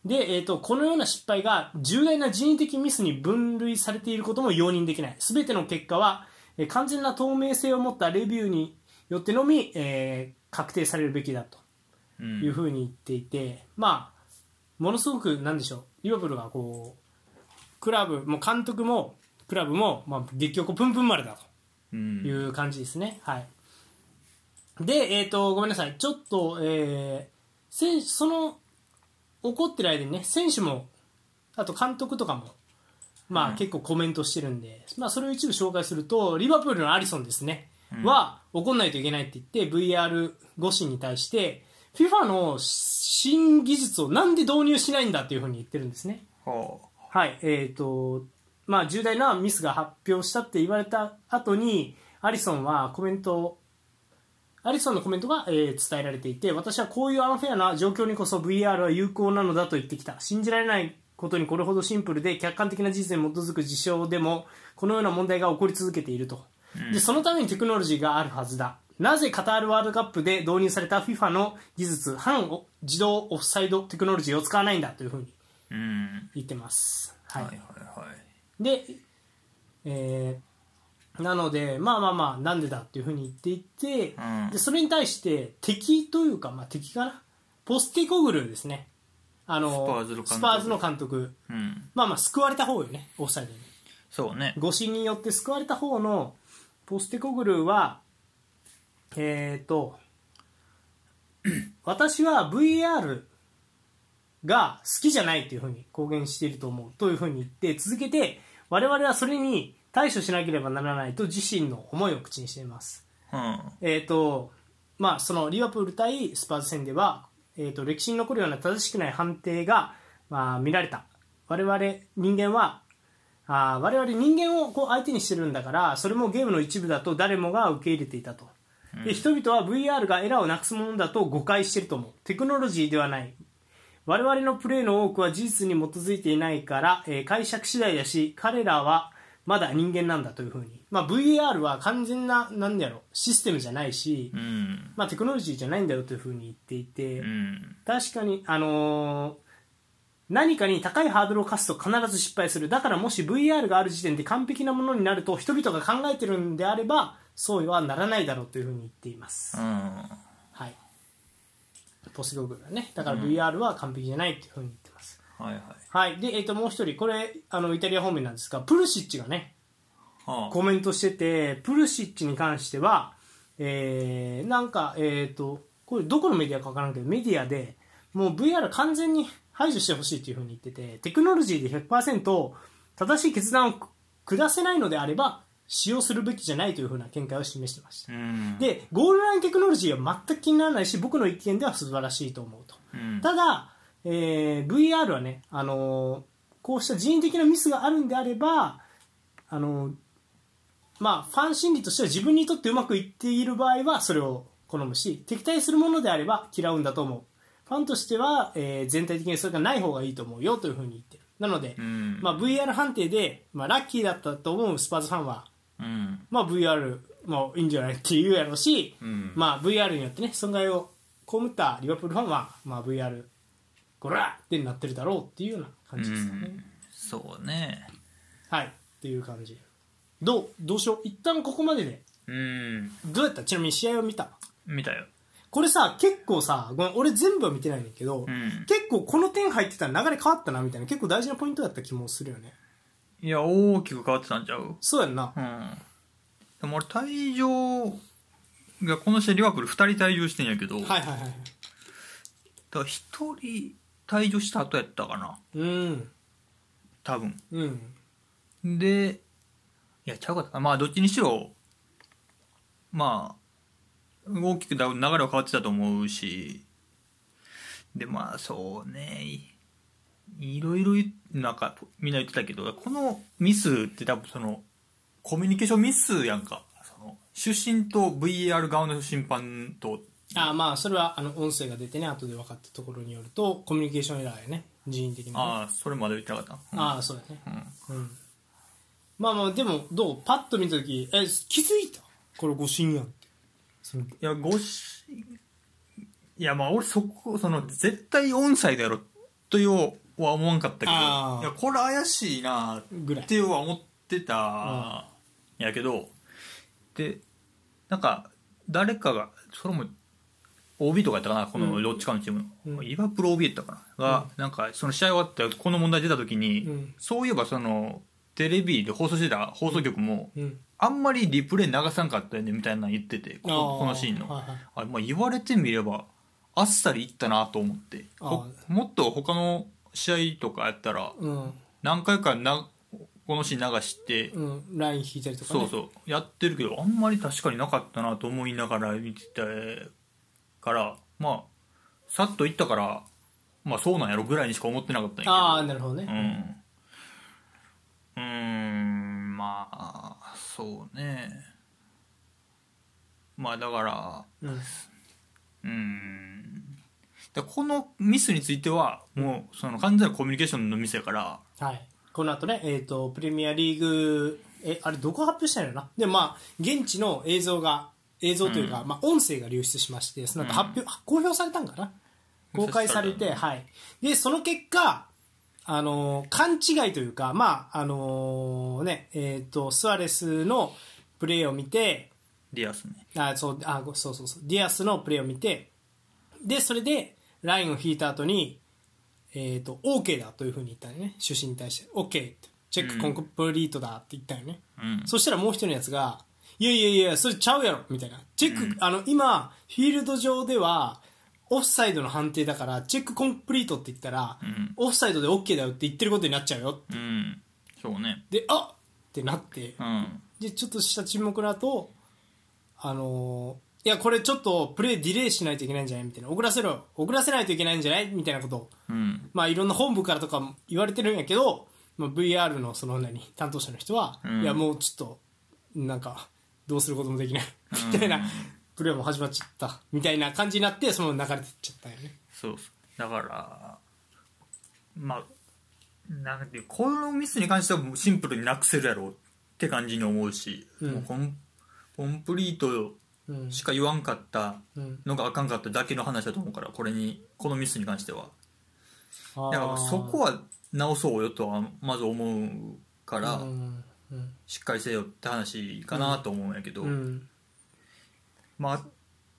A: で、えー、とこのような失敗が重大な人為的ミスに分類されていることも容認できない全ての結果は、えー完全な透明性を持ったレビューによってのみ、えー確定されるべきだと
B: う
A: いうんふうに言っていて、まあ、ものすごく、なんでしょう、リバプールがこう、クラブ、もう監督も、クラブも、まあ、結局、プンプン丸だ
B: う
A: とい
B: ん
A: う感じですね。はい。で、えっ、と、ごめんなさい、ちょっと、えー選手、その、怒ってる間にね、選手も、あと監督とかも、まあ、
B: うん
A: 結構コメントしてるんで、まあ、それを一部紹介すると、リバプールのアリソンですね、
B: うん
A: は怒んないといけないって言って、VR 越しに対して、FIFA の新技術をなんで導入しないんだっていうふうに言ってるんですね。
B: はあ
A: はい、えーとまあ、重大なミスが発表したって言われた後にアリソンはコメントをアリソンのコメントが、えー伝えられていて私はこういうアンフェアな状況にこそ VR は有効なのだと言ってきた信じられないことにこれほどシンプルで客観的な事実に基づく事象でもこのような問題が起こり続けていると、でそのためにテクノロジーがあるはずだなぜカタールワールドカップで導入された FIFA の技術反お自動オフサイドテクノロジーを使わないんだというふうに
B: うん
A: 言ってます、
B: はいは
A: はい
B: いはい
A: で、えーなのでまあまあまあなんでだっていうふうに言っていて、
B: うん
A: でそれに対して敵というか、まあ、敵かなポステコグルですねあの
B: スパーズの監督
A: スパーズの監督
B: うん
A: まあまあ救われた方よねオフサイドに
B: そうね
A: 誤審によって救われた方のポステコグルはえっ、と [clears throat] 私は VR が好きじゃないというふうに公言していると思うというふうに言って続けて我々はそれに対処しなければならないと自身の思いを口にしています
B: うん
A: えっ、とまあそのリバプール対スパーズ戦では、えー、と歴史に残るような正しくない判定が、まあ、見られた我々人間はあー我々人間をこう相手にしてるんだからそれもゲームの一部だと誰もが受け入れていたと、で人々は VR がエラーをなくすものだと誤解してると思うテクノロジーではない我々のプレーの多くは事実に基づいていないから、えー解釈次第だし彼らはまだ人間なんだというふうに、まあ、VR は完全な何やろシステムじゃないし、
B: うん
A: まあ、テクノロジーじゃないんだよというふうに言っていて、
B: うん
A: 確かに、あのー何かに高いハードルを課すと必ず失敗するだからもし VR がある時点で完璧なものになると人々が考えてるんであればそうはならないだろうというふうに言っています、
B: うん
A: はいポスゴーグルはねだから VR は完璧じゃないというふうに言ってます、
B: はいはい
A: はいで、えっともう一人これあのイタリア方面なんですがプルシッチがね
B: はあ
A: コメントしててプルシッチに関しては、えーなんか、えー、とこれどこのメディアか分からんけどメディアでもう VR 完全に排除してほしいというふうに言っててテクノロジーで100%正しい決断を下せないのであれば使用するべきじゃないというふうな見解を示してました
B: うん
A: でゴールラインテクノロジーは全く気にならないし僕の意見では素晴らしいと思うと
B: うん
A: ただ、えー VR はね、あのーこうした人為的なミスがあるんであれば、あのーまあ、ファン心理としては自分にとってうまくいっている場合はそれを好むし敵対するものであれば嫌うんだと思うファンとしては、えー全体的にそれがない方がいいと思うよというふうに言ってるなので、
B: うん
A: まあ、VR 判定で、まあ、ラッキーだったと思うスパーズファンは、
B: うん
A: まあ、VR もいいんじゃないって言うやろうし、
B: うん
A: まあ、VR によって、ね、損害を被ったリバプールファンは、まあ、VR、こらってなってるだろうっていうような感じですかね。
B: うんそうね
A: はいっていう感じどうどうしよう、一旦ここまでで、
B: うん
A: どうやったちなみに試合を見た
B: 見たよ
A: これさ、結構さ、ごめん俺全部は見てないんだけど、
B: うん
A: 結構この点入ってたら流れ変わったなみたいな、結構大事なポイントだった気もするよね。
B: いや大きく変わってたんちゃう
A: そうやんな。
B: うんでも俺退場がこの試合リバプール2人退場してんやけど、だ
A: は
B: か
A: いはいはい。
B: ら1人退場した後やったかな
A: うん。
B: 多分
A: うん。
B: でいやちゃうかったまあどっちにしろまあ大きくだ流れは変わってたと思うしでまあそうねいいろいろ言うなんかみんな言ってたけどこのミスって多分そのコミュニケーションミスやんかその主審と VR 側の審判と
A: ああまあそれはあの音声が出てね後で分かったところによるとコミュニケーションエラーやね人為的なね
B: ああそれまで言ってなかった
A: ああそうだねうんまあまあでもどうパッと見た時え気づいたこれ誤信やんってその
B: いや誤審いやまあ俺そこその絶対オンサイドやろとようは思わんかったけどい
A: あー
B: やこれ怪しいな
A: ぐらい
B: っては思ってたんやけどでなんか誰かがそれも OB とかやったかな
A: う
B: この
A: ん
B: どっちかのチームの、
A: うん
B: イバプロ OB やったかなが、なんかその試合終わってこの問題出た時に、
A: うん
B: そういえばそのテレビで放送してた放送局も、
A: うん
B: あんまりリプレイ流さんかったよねみたいなの言っててこ
A: あー
B: このシーンの、
A: はいはい
B: あれまあ言われてみればあっさりいったなと思ってほ
A: あ
B: もっと他の試合とかやったら
A: うん
B: 何回かなこのシーン流して、
A: うんライン引いたりとか、ね、
B: そうそうやってるけどあんまり確かになかったなと思いながら見てたからまあさっと行ったからまあそうなんやろぐらいにしか思ってなかったんやけど
A: ああなるほどね、
B: うんうーんまあそうねまあだから
A: うん
B: うーんでこのミスについてはもうその完全なコミュニケーションのミスやから
A: はい、この後ね、えー、とプレミアリーグえあれどこ発表したんやろなでまあ現地の映像が映像というか、まあ、音声が流出しましてその後発表、公表されたんかな公開されて、
B: 公開
A: はい、でその結果あのー勘違いというか、まああのーねえー、とスアレスのプレーを見て
B: ディアスね
A: あそうあごそうそうそうディアスのプレーを見てでそれでラインを引いた後に、えー、と OK だというふうに言ったよね主審に対して OK ってチェックコンプリートだって言ったよね、
B: うん
A: そしたらもう一人のやつがいやいやいやそれちゃうやろみたいなチェック、あの今フィールド上ではオフサイドの判定だからチェックコンプリートって言ったら、
B: ん
A: オフサイドで OK だよって言ってることになっちゃうよ
B: うんそうね
A: であっってなって、
B: うん
A: でちょっとした沈黙の後あのーいやこれちょっとプレーディレイしないといけないんじゃないみたいな遅らせろ遅らせないといけないんじゃないみたいなことを
B: うん
A: まあいろんな本部からとかも言われてるんやけど、まあ、VR のその何担当者の人は、
B: うん
A: いやもうちょっとなんかどうすることもできないみたいな、
B: うん
A: プレーも始まっちゃったみたいな感じになってそのまま流れてっちゃったよね
B: そうそうだからまあなんていうこのミスに関してはもうシンプルになくせるやろうって感じに思うし、
A: うん
B: もうコンコンプリート
A: うん
B: しか言わんかった
A: うん
B: のがあかんかっただけの話だと思うからこれにこのミスに関しては
A: あー
B: だからそこは直そうよとはまず思うから、
A: うんうん
B: しっかりせよって話かなと思うんやけど、
A: うん
B: まああ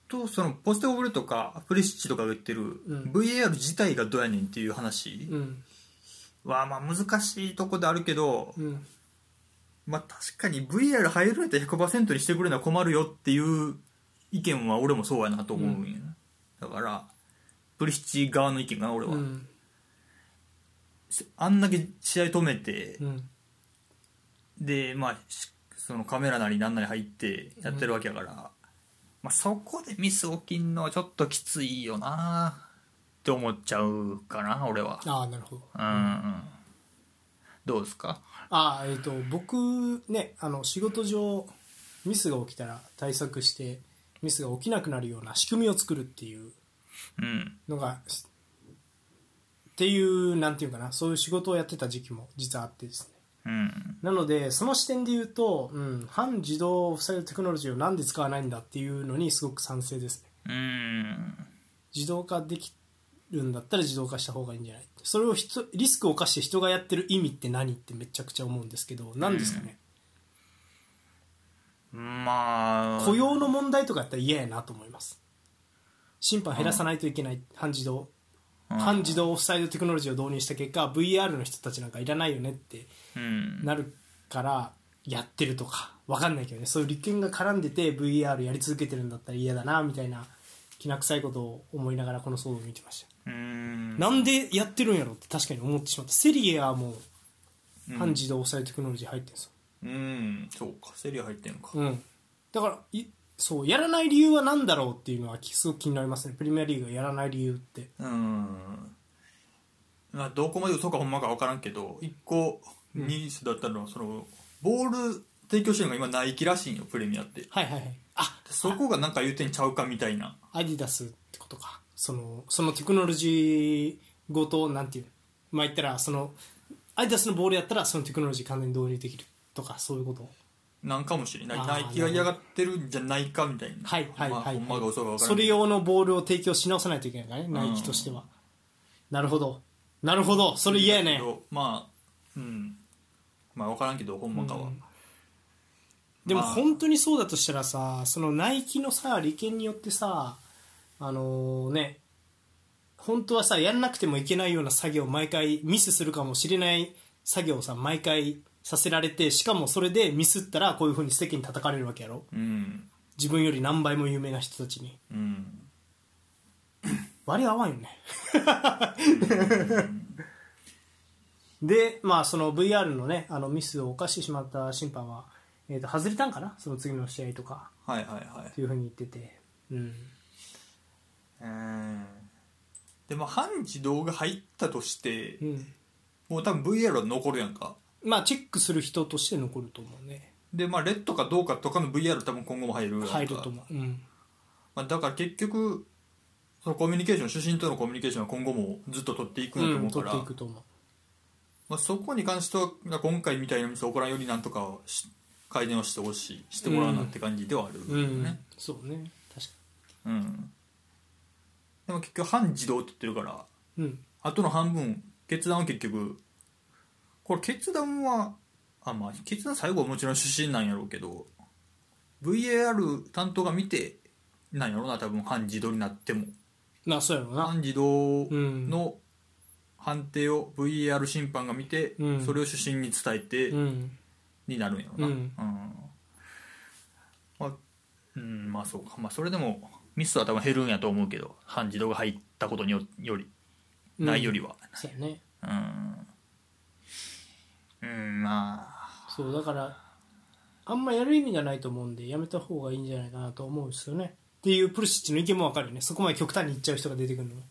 B: とそのポステオブルとかプレシッチとかが言ってる
A: うん
B: VAR 自体がどうやねんっていう話
A: うん
B: はまあ難しいとこであるけど、
A: うん
B: まあ確かに VAR 入るんやったら100%にしてくれな困るよっていう意見は俺もそうやなと思うんやな、だからプレシッチ側の意見かな俺は、
A: うん
B: あんだけ試合止めて、
A: うん
B: でまあしそのカメラなりなんなり入ってやってるわけやから、まあ、そこでミス起きんのはちょっときついよなって思っちゃうかな俺は
A: ああなるほど
B: うんどうですか
A: あえっ、と僕ねあの仕事上ミスが起きたら対策してミスが起きなくなるような仕組みを作るっていう
B: うん
A: のがっていうなんていうかなそういう仕事をやってた時期も実はあってですね
B: うん
A: なのでその視点で言うと、うん、反自動オフサイドテクノロジーをなんで使わないんだっていうのにすごく賛成ですね
B: うん
A: 自動化できるんだったら自動化した方がいいんじゃないそれを人リスクを冒して人がやってる意味って何ってめちゃくちゃ思うんですけど何ですかね、
B: まあ
A: 雇用の問題とかやったら嫌やなと思います審判減らさないといけない半自動
B: うん
A: 半自動オフサイドテクノロジーを導入した結果 VR の人たちなんかいらないよねって
B: うん
A: なるからやってるとかわかんないけどねそういう利権が絡んでて VR やり続けてるんだったら嫌だなみたいなきな臭いことを思いながらこの騒動を見てました、
B: うん
A: なんでやってるんやろって確かに思ってしまったセリエはもう
B: うん
A: 半自動オフサイドテクノロジー入ってるんですよ
B: うんそうかセリア入ってんのか
A: うん、だからいそうやらない理由は何だろうっていうのはきすごく気になりますねプレミアリーグがやらない理由って
B: うんまあどこまで嘘かほんまか分からんけど一個ニュースだったのはそのボール提供してるのが今ナイキらしいんよプレミアって
A: はいはいはいあ
B: そこがなんか言うてんちゃうかみたいな
A: アディダスってことかそのそのテクノロジーごとなんていうのまあ言ったらそのアディダスのボールやったらそのテクノロジー完全に導入できるとかそういうこと
B: うなんかもしれない
A: あー
B: ナイキが嫌がってるんじゃないかみたいな
A: はいはい
B: まあ
A: はい
B: ほんまが嘘か分からんけど
A: それ用のボールを提供し直さないといけないからねナイキとしては、なるほどなるほどそれ嫌やね
B: まあうんまあ分からんけどほんまかは、
A: うんでも
B: まあ
A: 本当にそうだとしたらさそのナイキのさ利権によってさあのね本当はさやんなくてもいけないような作業を毎回ミスするかもしれない作業をさ毎回させられてしかもそれでミスったらこういうふうに世間に叩かれるわけやろ
B: うん
A: 自分より何倍も有名な人たちに
B: うん
A: 割り合わんよねでまあその VR のねあのミスを犯してしまった審判は、えー、と外れたんかなその次の試合とか
B: はいはいはい
A: というふうに言っててうん
B: うんでも半自動が入ったとして、
A: うん
B: もう多分 VR は残るやんか
A: まあチェックする人として残ると思うね
B: でまあレッドかどうかとかの VR 多分今後も入るやんか
A: 入ると思う、うん、
B: まあ、だから結局そのコミュニケーション主審とのコミュニケーションは今後もずっと取っていくんだと
A: うん、
B: 思う
A: 取
B: か
A: っ
B: ら、
A: ていくと思う
B: まあ、そこに関しては今回みたいなミス起こらんようになんとかし改善をしてほしいしてもらうなって感じではあるよ
A: うん、
B: ね、
A: そうね確か
B: うんでも結局半自動って言ってるから
A: にうん
B: あとの半分決断は結局これ決断はあまあ決断最後はもちろん主審なんやろうけど VAR 担当が見てなんやろうな多分半自動になっても
A: まあそうやろうな
B: 半自動
A: うん
B: の判定を VAR 審判が見て、
A: うん
B: それを主審に伝えて、
A: うん
B: になるんやろな、
A: うん
B: まあ、うん、まあそうかまあそれでもミスは多分減るんやと思うけど半自動が入ったことによより
A: うん
B: ないよりは
A: そうやね
B: うん、うん、まあ
A: そうだからあんまやる意味がないと思うんでやめた方がいいんじゃないかなと思うんですよねっていうプルシッチの意見もわかるよねそこまで極端に言っちゃう人が出てくるのも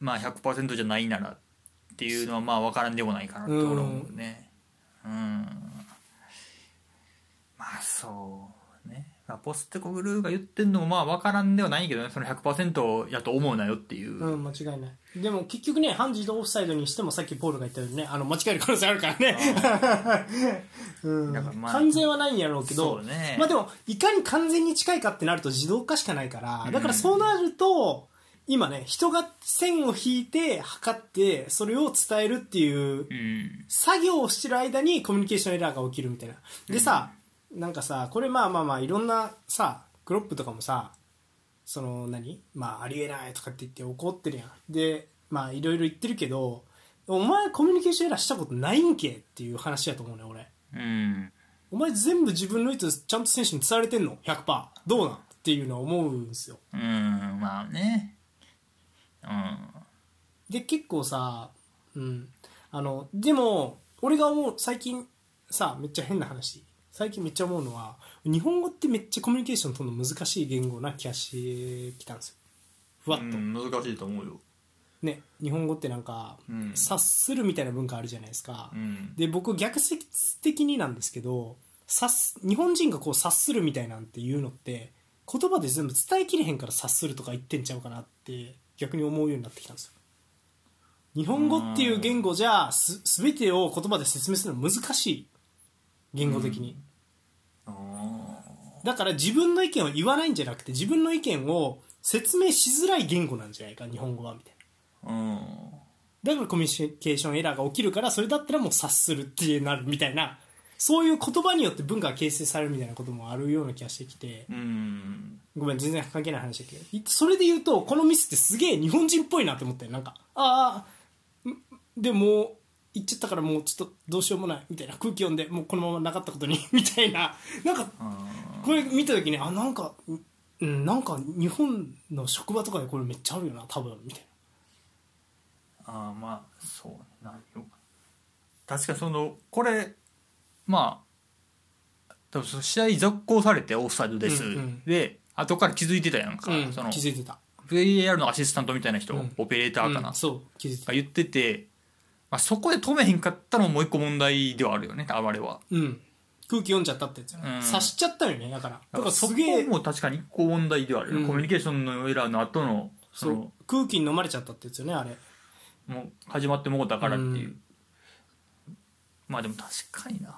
B: まあ100%じゃないならっていうのはまあ分からんでもないかなと俺は思うねうんまあそうね、まあ、ポステコグルーが言ってんのもまあ分からんではないけどねその100%やと思うなよっていう、
A: うん間違いないでも結局ね半自動オフサイドにしてもさっきポールが言ったようにねあの間違える可能性あるからね [laughs] うん
B: だからまあ
A: 完全はないんやろうけど
B: そうね
A: まあでもいかに完全に近いかってなると自動化しかないからだからそうなると、今ね人が線を引いて測ってそれを伝えるっていう
B: うん
A: 作業をしてる間にコミュニケーションエラーが起きるみたいなでさ、なんかさこれまあまあまあいろんなさクロップとかもさその何まあありえないとかって言って怒ってるやんでまあいろいろ言ってるけどお前コミュニケーションエラーしたことないんけっていう話やと思うね俺
B: うん
A: お前全部自分の意図ちゃんと選手に伝われてんの100%どうなんっていうのは思うんですよ
B: うんまあねうん
A: で結構さ、うん、あのでも俺が思う最近さめっちゃ変な話最近めっちゃ思うのは日本語ってめっちゃコミュニケーション取るの難しい言語な気がしてきたんですよふわっと、
B: うん難しいと思うよ
A: ね日本語ってなんか、
B: うん
A: 察するみたいな文化あるじゃないですか、
B: うん
A: で僕逆説的になんですけど察す日本人がこう察するみたいなんていうのって言葉で全部伝えきれへんから察するとか言ってんちゃうかなって逆に思うようになってきたんですよ日本語っていう言語じゃす全てを言葉で説明するのは難しい言語的に、
B: あ
A: だから自分の意見を言わないんじゃなくて自分の意見を説明しづらい言語なんじゃないか日本語はみたいな
B: ーうん
A: だからコミュニケーションエラーが起きるからそれだったらもう察するってなるみたいなそういう言葉によって文化が形成されるみたいなこともあるような気がしてきて
B: うん
A: ごめん全然関係ない話だけどいそれで言うとこのミスってすげえ日本人っぽいなって思ったよなんかああんでも言っちゃったからもうちょっとどうしようもないみたいな空気読んでもうこのままなかったことに [laughs] みたいななんか
B: あ
A: これ見た時にあなんかうんなんか日本の職場とかでこれめっちゃあるよな多分みたいな
B: あーまあそうなよ確かにそのこれまあ多分その試合続行されてオフサイドです、
A: うんうん
B: で後から気づいてたやんか、
A: うん
B: その
A: 気づいてた
B: VAR のアシスタントみたいな人、
A: うん
B: オペレーターかな、
A: うんそう気づいてた
B: が言ってて、まあ、そこで止めへんかったのももう一個問題ではあるよねあれは
A: うん、空気読んじゃったってやつよね、
B: うん
A: 察しちゃったよねだからだ
B: だ
A: か
B: から
A: ら
B: そ
A: す
B: こ
A: げえ
B: も確かに一個問題ではあるよね、
A: うん
B: コミュニケーションのエラーの後のそ
A: そ
B: の
A: う空気に飲まれちゃったってやつよねあれ
B: もう始まってもうたからっていう、
A: う
B: まあでも確かにな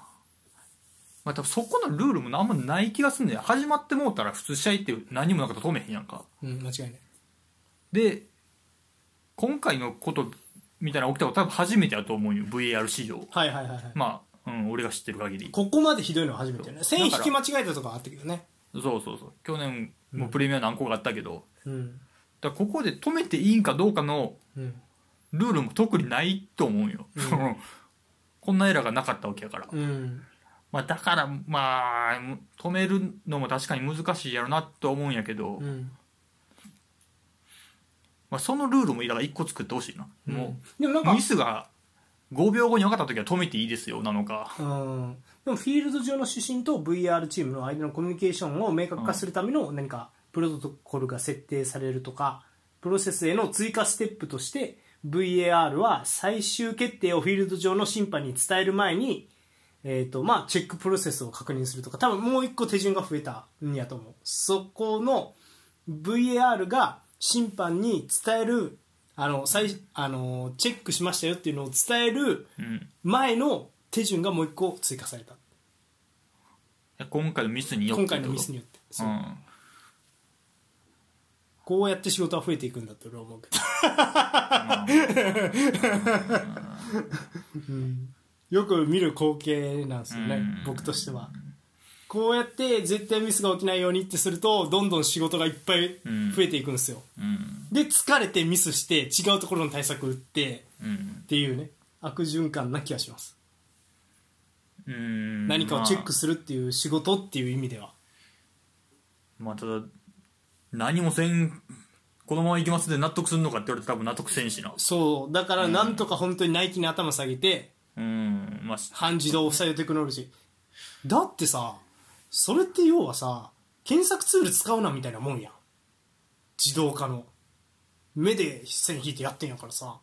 B: まあ、多分そこのルールもあんまない気がすんねん始まってもうたら普通試合って何もなかったら止めへんやんか
A: うん、間違いない。
B: で今回のことみたいなの起きたこと多分初めてだと思うよ VAR 史上
A: はいはいはい、はい
B: まあ、うん、俺が知ってる限り
A: ここまでひどいのは初めてよね。
B: そう
A: 線
B: だ
A: 引
B: から
A: き間違えたとかはあったけどね。
B: そうそうそう去年もプレミア何個かあったけど、
A: うん。
B: だからここで止めていいんかどうかの
A: うん。
B: ルールも特にないと思うよ、
A: うん
B: その [laughs] こんなエラーがなかったわけやから、
A: うん。
B: まあ、だからまあ止めるのも確かに難しいやろなと思うんやけど、
A: うん。
B: まあ、そのルールもだから1個作ってほしいな、も
A: でもなん
B: う
A: か
B: ミ、スが5秒後に分かった時は止めていいですよなのか
A: うん、でもフィールド上の指針と VR チームの間のコミュニケーションを明確化するための何かプロトコルが設定されるとかプロセスへの追加ステップとして VAR は最終決定をフィールド上の審判に伝える前に、えーとまあ、チェックプロセスを確認するとか多分もう一個手順が増えたんやと思うそこの VAR が審判に伝えるあの最あのチェックしましたよっていうのを伝える
B: うん
A: 前の手順がもう一個追加された
B: 今回のミスによって
A: 今回のミスによって
B: う
A: そうんこうやって仕事は増えていくんだと俺は思うけど、
B: [laughs]
A: うんよく見る光景なんですよね
B: うん
A: 僕としてはこうやって絶対ミスが起きないようにってするとどんどん仕事がいっぱい
B: うん
A: 増えていくんですよ
B: うん
A: で疲れてミスして違うところの対策打って
B: うん
A: っていうね悪循環な気がします
B: うん
A: 何かをチェック
B: す
A: するっていう仕事っていう意味では
B: る、まあ、まあただ何もせんこのままいきますで納得するのかって言われて多分納得せんしな
A: そうだからなんとか本当にナイキに頭下げて
B: うんまあし
A: 半自動オフサイドテクノロジーだってさそれって要はさ検索ツール使うなみたいなもんやん自動化の目で線引いてやってんやからさ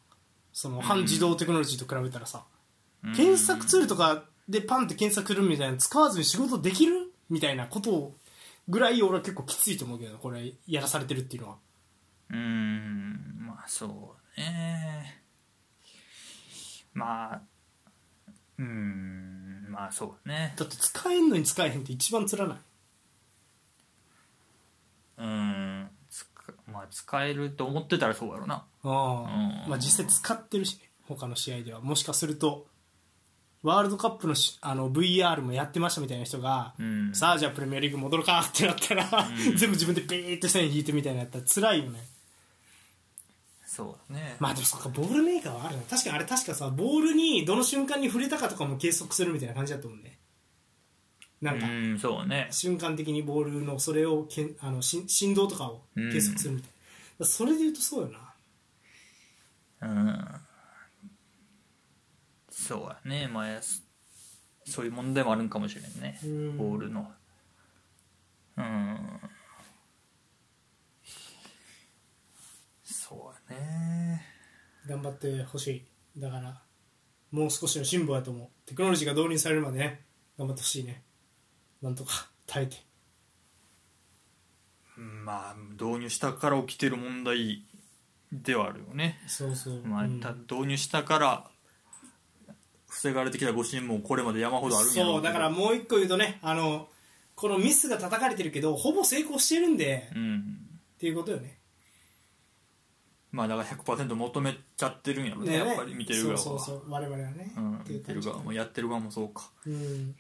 A: その半自動テクノロジーと比べたらさ、
B: うん
A: 検索ツールとかでパンって検索するみたいなの使わずに仕事できるみたいなことをぐらい俺は結構きついと思うけどなこれやらされてるっていうのは
B: うんまあそうねまあうんまあそうね
A: だって使えんのに使えへんって一番つらない
B: うんつかまあ使えると思ってたらそうやろな
A: あ
B: うん
A: まあ実際使ってるしね他の試合ではもしかするとワールドカップのしあの VR もやってましたみたいな人が、
B: うん
A: さあじゃあプレミアリーグ戻るかってなったら、全部自分でビーって線引いてみたいなやったら辛いよね
B: そうだね
A: まあでもそっかボールメーカーはあるね確かにあれ確かさボールにどの瞬間に触れたかとかも計測するみたいな感じだと思うねなんか、
B: うんそうね
A: 瞬間的にボールのそれをけんあのし振動とかを計測するみたいな、だからそれで言うとそうよな
B: うんそうやねまあそそういう問題もあるんかもしれんね
A: うん
B: ボールのうんそうやね
A: 頑張ってほしいだからもう少しの辛抱やと思うテクノロジーが導入されるまでね頑張ってほしいねなんとか耐えて
B: うんまあ導入したから起きてる問題ではあるよね、
A: そうそう、
B: まあ
A: うん
B: た導入したから防がれてきた誤信もこれまで山ほどあるんやろ
A: そう
B: けど
A: だからもう一個言うとねあのこのミスが叩かれてるけどほぼ成功してるんで、
B: う
A: っ
B: ん
A: ていうことよね
B: まあだから100%求めちゃってるんやろね
A: ね
B: やっぱり見てる側は
A: そうそうそう我々はね、
B: うん
A: っていう
B: 見て
A: 感
B: る
A: じ
B: 側もやってる側もそうか
A: うん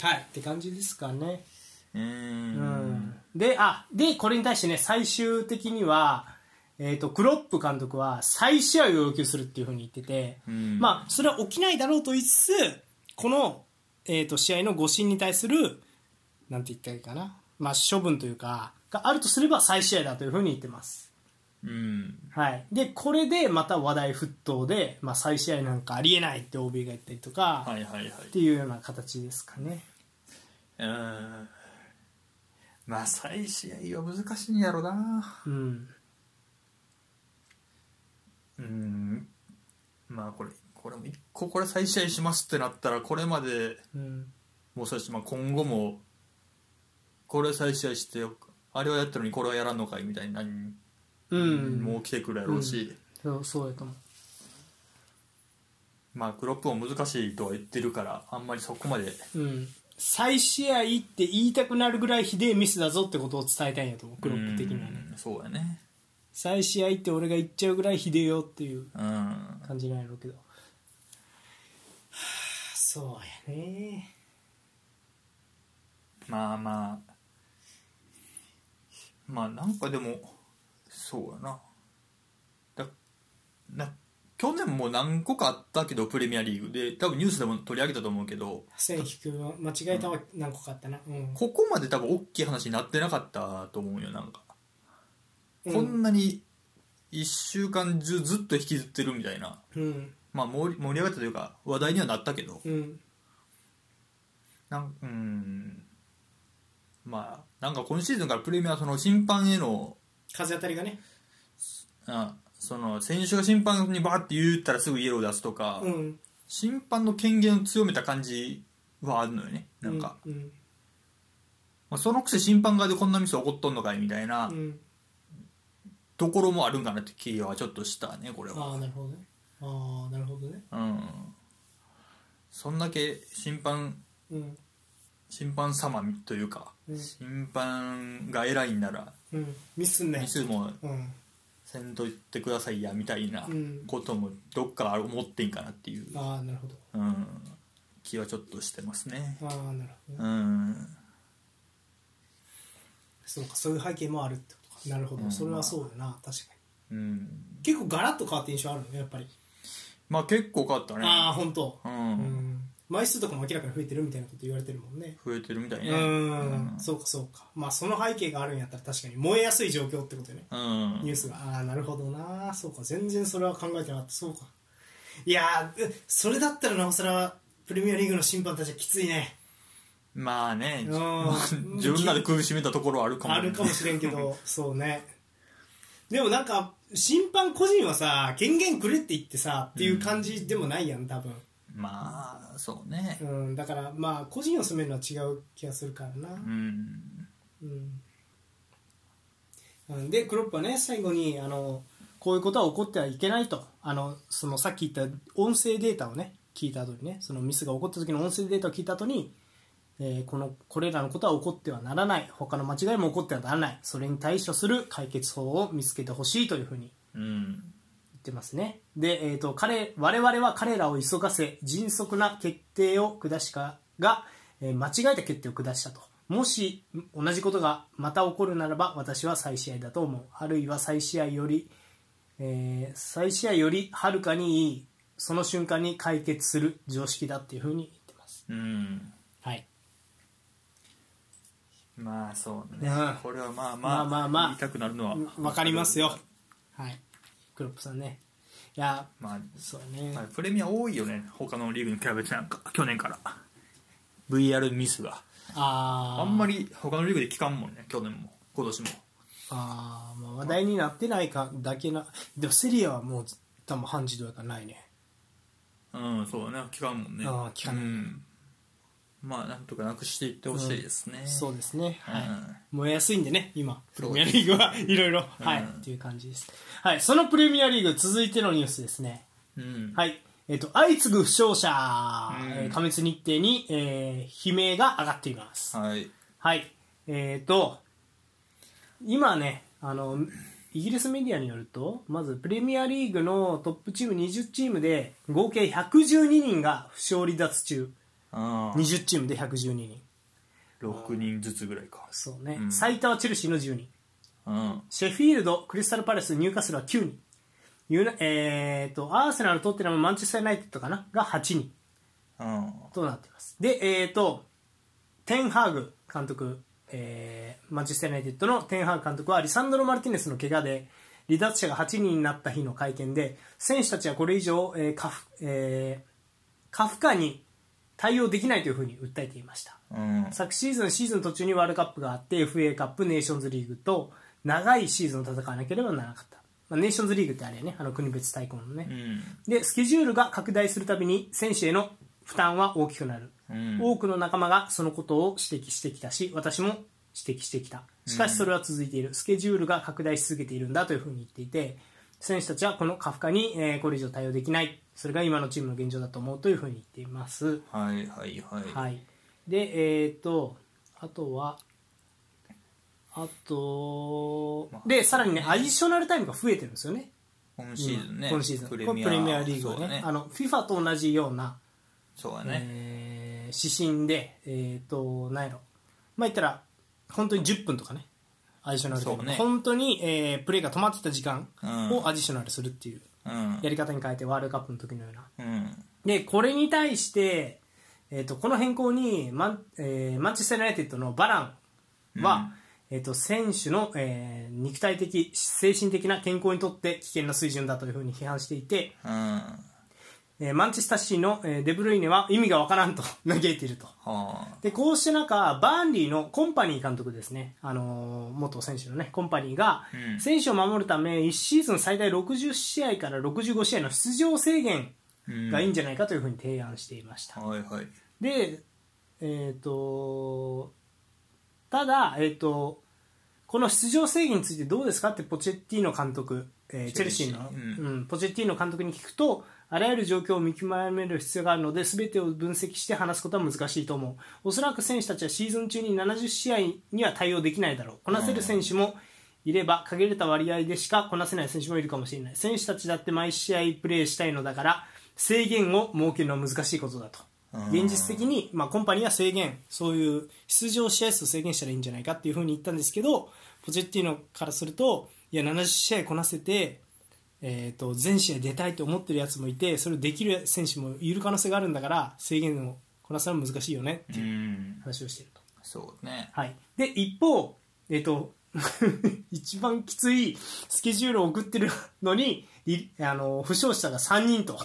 A: はいって感じですかね
B: うーん
A: であでこれに対してね最終的には、えー、とクロップ監督は再試合を要求するっていうふうに言ってて、
B: うん
A: まあ、それは起きないだろうと言いつつこの、えー、と試合の誤審に対するなんて言ったらいいかな、まあ、処分というかがあるとすれば再試合だというふうに言ってます、
B: うん
A: はい、でこれでまた話題沸騰で、まあ、再試合なんかありえないって OB が言ったりとか、
B: はいはいはい
A: っていうような形ですかね
B: うーんまあ再試合は難しいんやろな
A: うん
B: うんまあこれこれも一個これ再試合しますってなったらこれまで
A: うん
B: もそうだし、まあ、今後もこれ再試合してあれはやったのにこれはやらんのかいみたいな
A: うん
B: もう来てくるやろうし、
A: そうそうやと思う
B: まあクロップも難しいとは言ってるからあんまりそこまで
A: うん、再試合って言いたくなるぐらいひでえミスだぞってことを伝えたいんやと思うクロップ的にはね
B: うんそうやね
A: 再試合って俺が言っちゃうぐらいひでえよっていう
B: うん
A: 感じなんやろうけどはあそうやね
B: まあまあまあなんかでもそうやなだな去年も何個かあったけどプレミアリーグで多分ニュースでも取り上げたと思うけど
A: 線引くの間違えたは何個かあったな、うん
B: ここまで多分大きい話になってなかったと思うよなんか、
A: うん
B: こんなに1週間中ずっと引きずってるみたいな
A: うん
B: まあ盛り盛り上がったというか話題にはなったけど
A: うん
B: なんうんまあなんか今シーズンからプレミアその審判への
A: 風当たりがね
B: あその選手が審判にバーって言ったらすぐイエロー出すとか、
A: うん
B: 審判の権限を強めた感じはあるのよねなんか、
A: うん
B: まあ、そのくせ審判側でこんなミス起こっとんのかいみたいな
A: うん
B: ところもあるんかなって気はちょっとしたねこれは
A: ああなるほどねああなるほどね
B: うんそんだけ審判
A: うん
B: 審判様というか
A: うん
B: 審判が偉いんなら
A: うんミスんなよ
B: ミスも
A: うん
B: せんと言ってくださいやみたいな
A: うん
B: こともどっか思ってんかなっていう、
A: ああなるほど
B: うん、気はちょっとしてますね
A: ああなるほどね
B: うん
A: そうかそういう背景もあるってことかなるほど、
B: うん
A: それはそうだな確かに
B: うん
A: 結構ガラッと変わった印象あるのねやっぱり、
B: まあ結構変わったね
A: ああ本当
B: う
A: うんん枚数とかも明らかに増えてるみたいなこと言われてるもんね
B: 増えてるみたいね
A: うん、そうかそうかまあその背景があるんやったら確かに燃えやすい状況ってことよね
B: うん
A: ニュースがああなるほどなそうか全然それは考えてなかったそうかいやーえそれだったらなおさらプレミアリーグの審判たちはきつい [laughs] ね
B: まあね
A: うん
B: まあ自分らで苦しめたところはあるかも
A: あるかもしれんけど
B: [laughs]
A: そうねでもなんか審判個人はさ権限くれって言ってさっていう感じでもないやん多分、
B: まあそうね
A: うん、だからまあ個人を責めるのは違う気がするからな、
B: うん
A: うんうん、でクロップはね最後にあのこういうことは起こってはいけないとあのそのさっき言った音声データをね聞いた後にねそのミスが起こった時の音声データを聞いた後に、えーこのこれらのことは起こってはならない他の間違いも起こってはならないそれに対処する解決法を見つけてほしいというふうに
B: うん
A: 言ってますねで、えー、と彼我々は彼らを急がせ迅速な決定を下しかが、えー間違えた決定を下したともし同じことがまた起こるならば私は再試合だと思うあるいは再試合より、えー再試合よりはるかにいいその瞬間に解決する常識だっていうふうに言ってます
B: うん
A: はい
B: まあそうね
A: うん
B: これはまあ
A: まあまあまあ
B: 言いたくなるのは
A: わかりますよはいクロップさんねいや
B: まあ
A: そうね、
B: まあプレミア多いよね他のリーグに比べてなんか去年から VR ミスが
A: あ
B: あ
A: あ
B: んまり他のリーグで聞かんもんね去年も今年も
A: あーまあ話題になってないかだけなでもセリアはもう多分半自動やからないね
B: うんそうだね聞かんもんね
A: ああ聞かない
B: うん、まあなんとかなくしていってほしいですね、
A: そうですねはい、
B: うん
A: 燃えやすいんでね今プレ
B: う
A: ミ
B: で
A: ア
B: す
A: リーグはいろいろはい、
B: うん
A: っていう感じですはいそのプレミアリーグ続いてのニュースですね
B: うん
A: はいえっ、と相次ぐ負傷者、
B: うん
A: えー過密日程に、えー悲鳴が上がっています
B: はい
A: はい。えっ、と、今ね、あの、イギリスメディアによると、まずプレミアリーグのトップチーム20チームで、合計112人が負傷離脱中。
B: ああ
A: 20チームで112人。
B: 6人ずつぐらいか
A: そうね。
B: うん
A: 最多はチェルシーの10人。
B: うん
A: シェフィールド、クリスタルパレス、ニューカッスルは9人。ユナえっ、と、アーセナル、トッテナム、マンチェスターユナイテッドかなが8人。
B: うん
A: となっています。で、えっ、と、テンハーグ監督、えーマンチェスター・ユナイテッドのテンハーグ監督は、リサンドロ・マルティネスの怪我で、離脱者が8人になった日の会見で、選手たちはこれ以上、えーカフえーカフカに対応できないというふうに訴えていました。
B: うん
A: 昨シーズン、シーズン途中にワールドカップがあって、FA カップ、ネーションズリーグと、長いシーズンを戦わなければならなかった。まあ、ネーションズリーグってあれやね、あの国別対抗のね。
B: うん
A: でスケジュールが拡大するたびに選手への負担は大きくなる、
B: うん
A: 多くの仲間がそのことを指摘してきたし私も指摘してきたしかしそれは続いている、スケジュールが拡大し続けているんだというふうに言っていて選手たちはこのカフカに、えーこれ以上対応できないそれが今のチームの現状だと思うというふうに言っています、
B: はいはいはい、
A: はい、でえっ、とあとはあと
B: まあ
A: でさらにねアディショナルタイムが増えてるんですよね
B: 今シーズンね
A: 今シーズン
B: プ
A: プ
B: レ
A: レ
B: ミ
A: ミ
B: ア
A: アリーグは
B: そうだ
A: ね
B: ね
A: あの FIFA と同じような、
B: そうだね、
A: えー指針でえっ、となんやろまあ言ったら本当に10分とかねアディショナルタイ
B: そ
A: ム、
B: うね
A: 本当に、えープレーが止まってた時間
B: う
A: を
B: ん
A: アディショナルするっていう
B: うん
A: やり方に変えてワールドカップの時のような
B: うん
A: でこれに対して、えー、とこの変更にマン,、えーマンチェスター・ユナイテッドのバランは、えー、と選手の、えー肉体的精神的な健康にとって危険な水準だというふうに批判していて、
B: うんは
A: えーマンチェスターシーの、えーデブルイネは意味がわからんと嘆いていると。
B: あ
A: でこうした中、バーンリーのコンパニー監督ですね、あのー元選手の、ね、コンパニーが、
B: うん
A: 選手を守るため、1シーズン最大60試合から65試合の出場制限
B: うん
A: がいいんじゃないかというふうに提案していました。
B: はいはい
A: で、えー、とただ、えーと、この出場制限についてどうですかってポチェッティーノ監督、えーチ
B: チェ
A: ェ
B: ル
A: ル
B: シ
A: シ
B: ー
A: ーの、う
B: う
A: んんポチェッティーノ監督に聞くとあらゆる状況を見極める必要があるので全てを分析して話すことは難しいと思うおそらく選手たちはシーズン中に70試合には対応できないだろうこなせる選手もいれば限られた割合でしかこなせない選手もいるかもしれない選手たちだって毎試合プレーしたいのだから制限を設けるのは難しいことだと
B: うん
A: 現実的に、まあ、コンパニーは制限そういう出場試合数を制限したらいいんじゃないかっていうふうに言ったんですけどポチェッティーノからするといや70試合こなせて、えー、と全試合出たいと思ってるやつもいてそれをできる選手もいる可能性があるんだから制限をこなすのは難しいよねって
B: う
A: いうん話をしてると。
B: そうね
A: はい、で一方、えっと [laughs] 一番きついスケジュールを送ってるのにいあの負傷者が3人と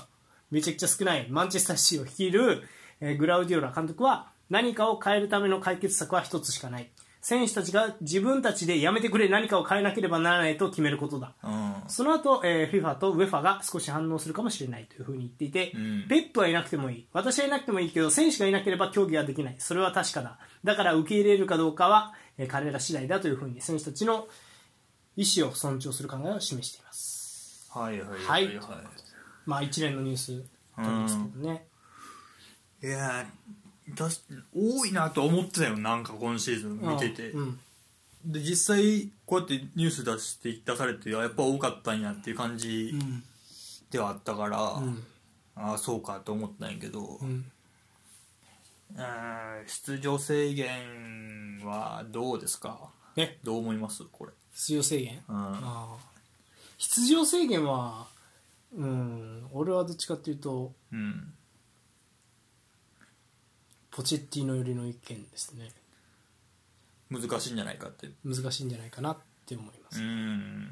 A: めちゃくちゃ少ないマンチェスターシーを率いる、えーグラウディオラ監督は何かを変えるための解決策は一つしかない選手たちが自分たちでやめてくれ何かを変えなければならないと決めることだ
B: うん
A: その後、えー、FIFA と UEFA が少し反応するかもしれないというふうに言っていて、
B: うん
A: ペップはいなくてもいい私はいなくてもいいけど選手がいなければ競技はできないそれは確かだだから受け入れるかどうかは、えー彼ら次第だというふうに選手たちの意思を尊重する考えを示しています
B: はいはい
A: はいまあ一連のニュースなんですけどね、
B: いやーだし多いなとは思ってたよなんか今シーズン見てて、
A: うん
B: で実際こうやってニュース出して出されてあやっぱ多かったんやっていう感じ
A: うん
B: ではあったから、
A: うん
B: ああそうかと思ったんやけど、
A: うん
B: うん出場制限はどうですか
A: ね
B: どう思いますこれ、
A: 出場制限、
B: うん、あ
A: あー出場制限はうん俺はどっちかっていうと
B: うん
A: ポチェッティの寄りの意見ですね
B: 難しいんじゃないかって
A: 難しいんじゃないかなって思います、
B: うん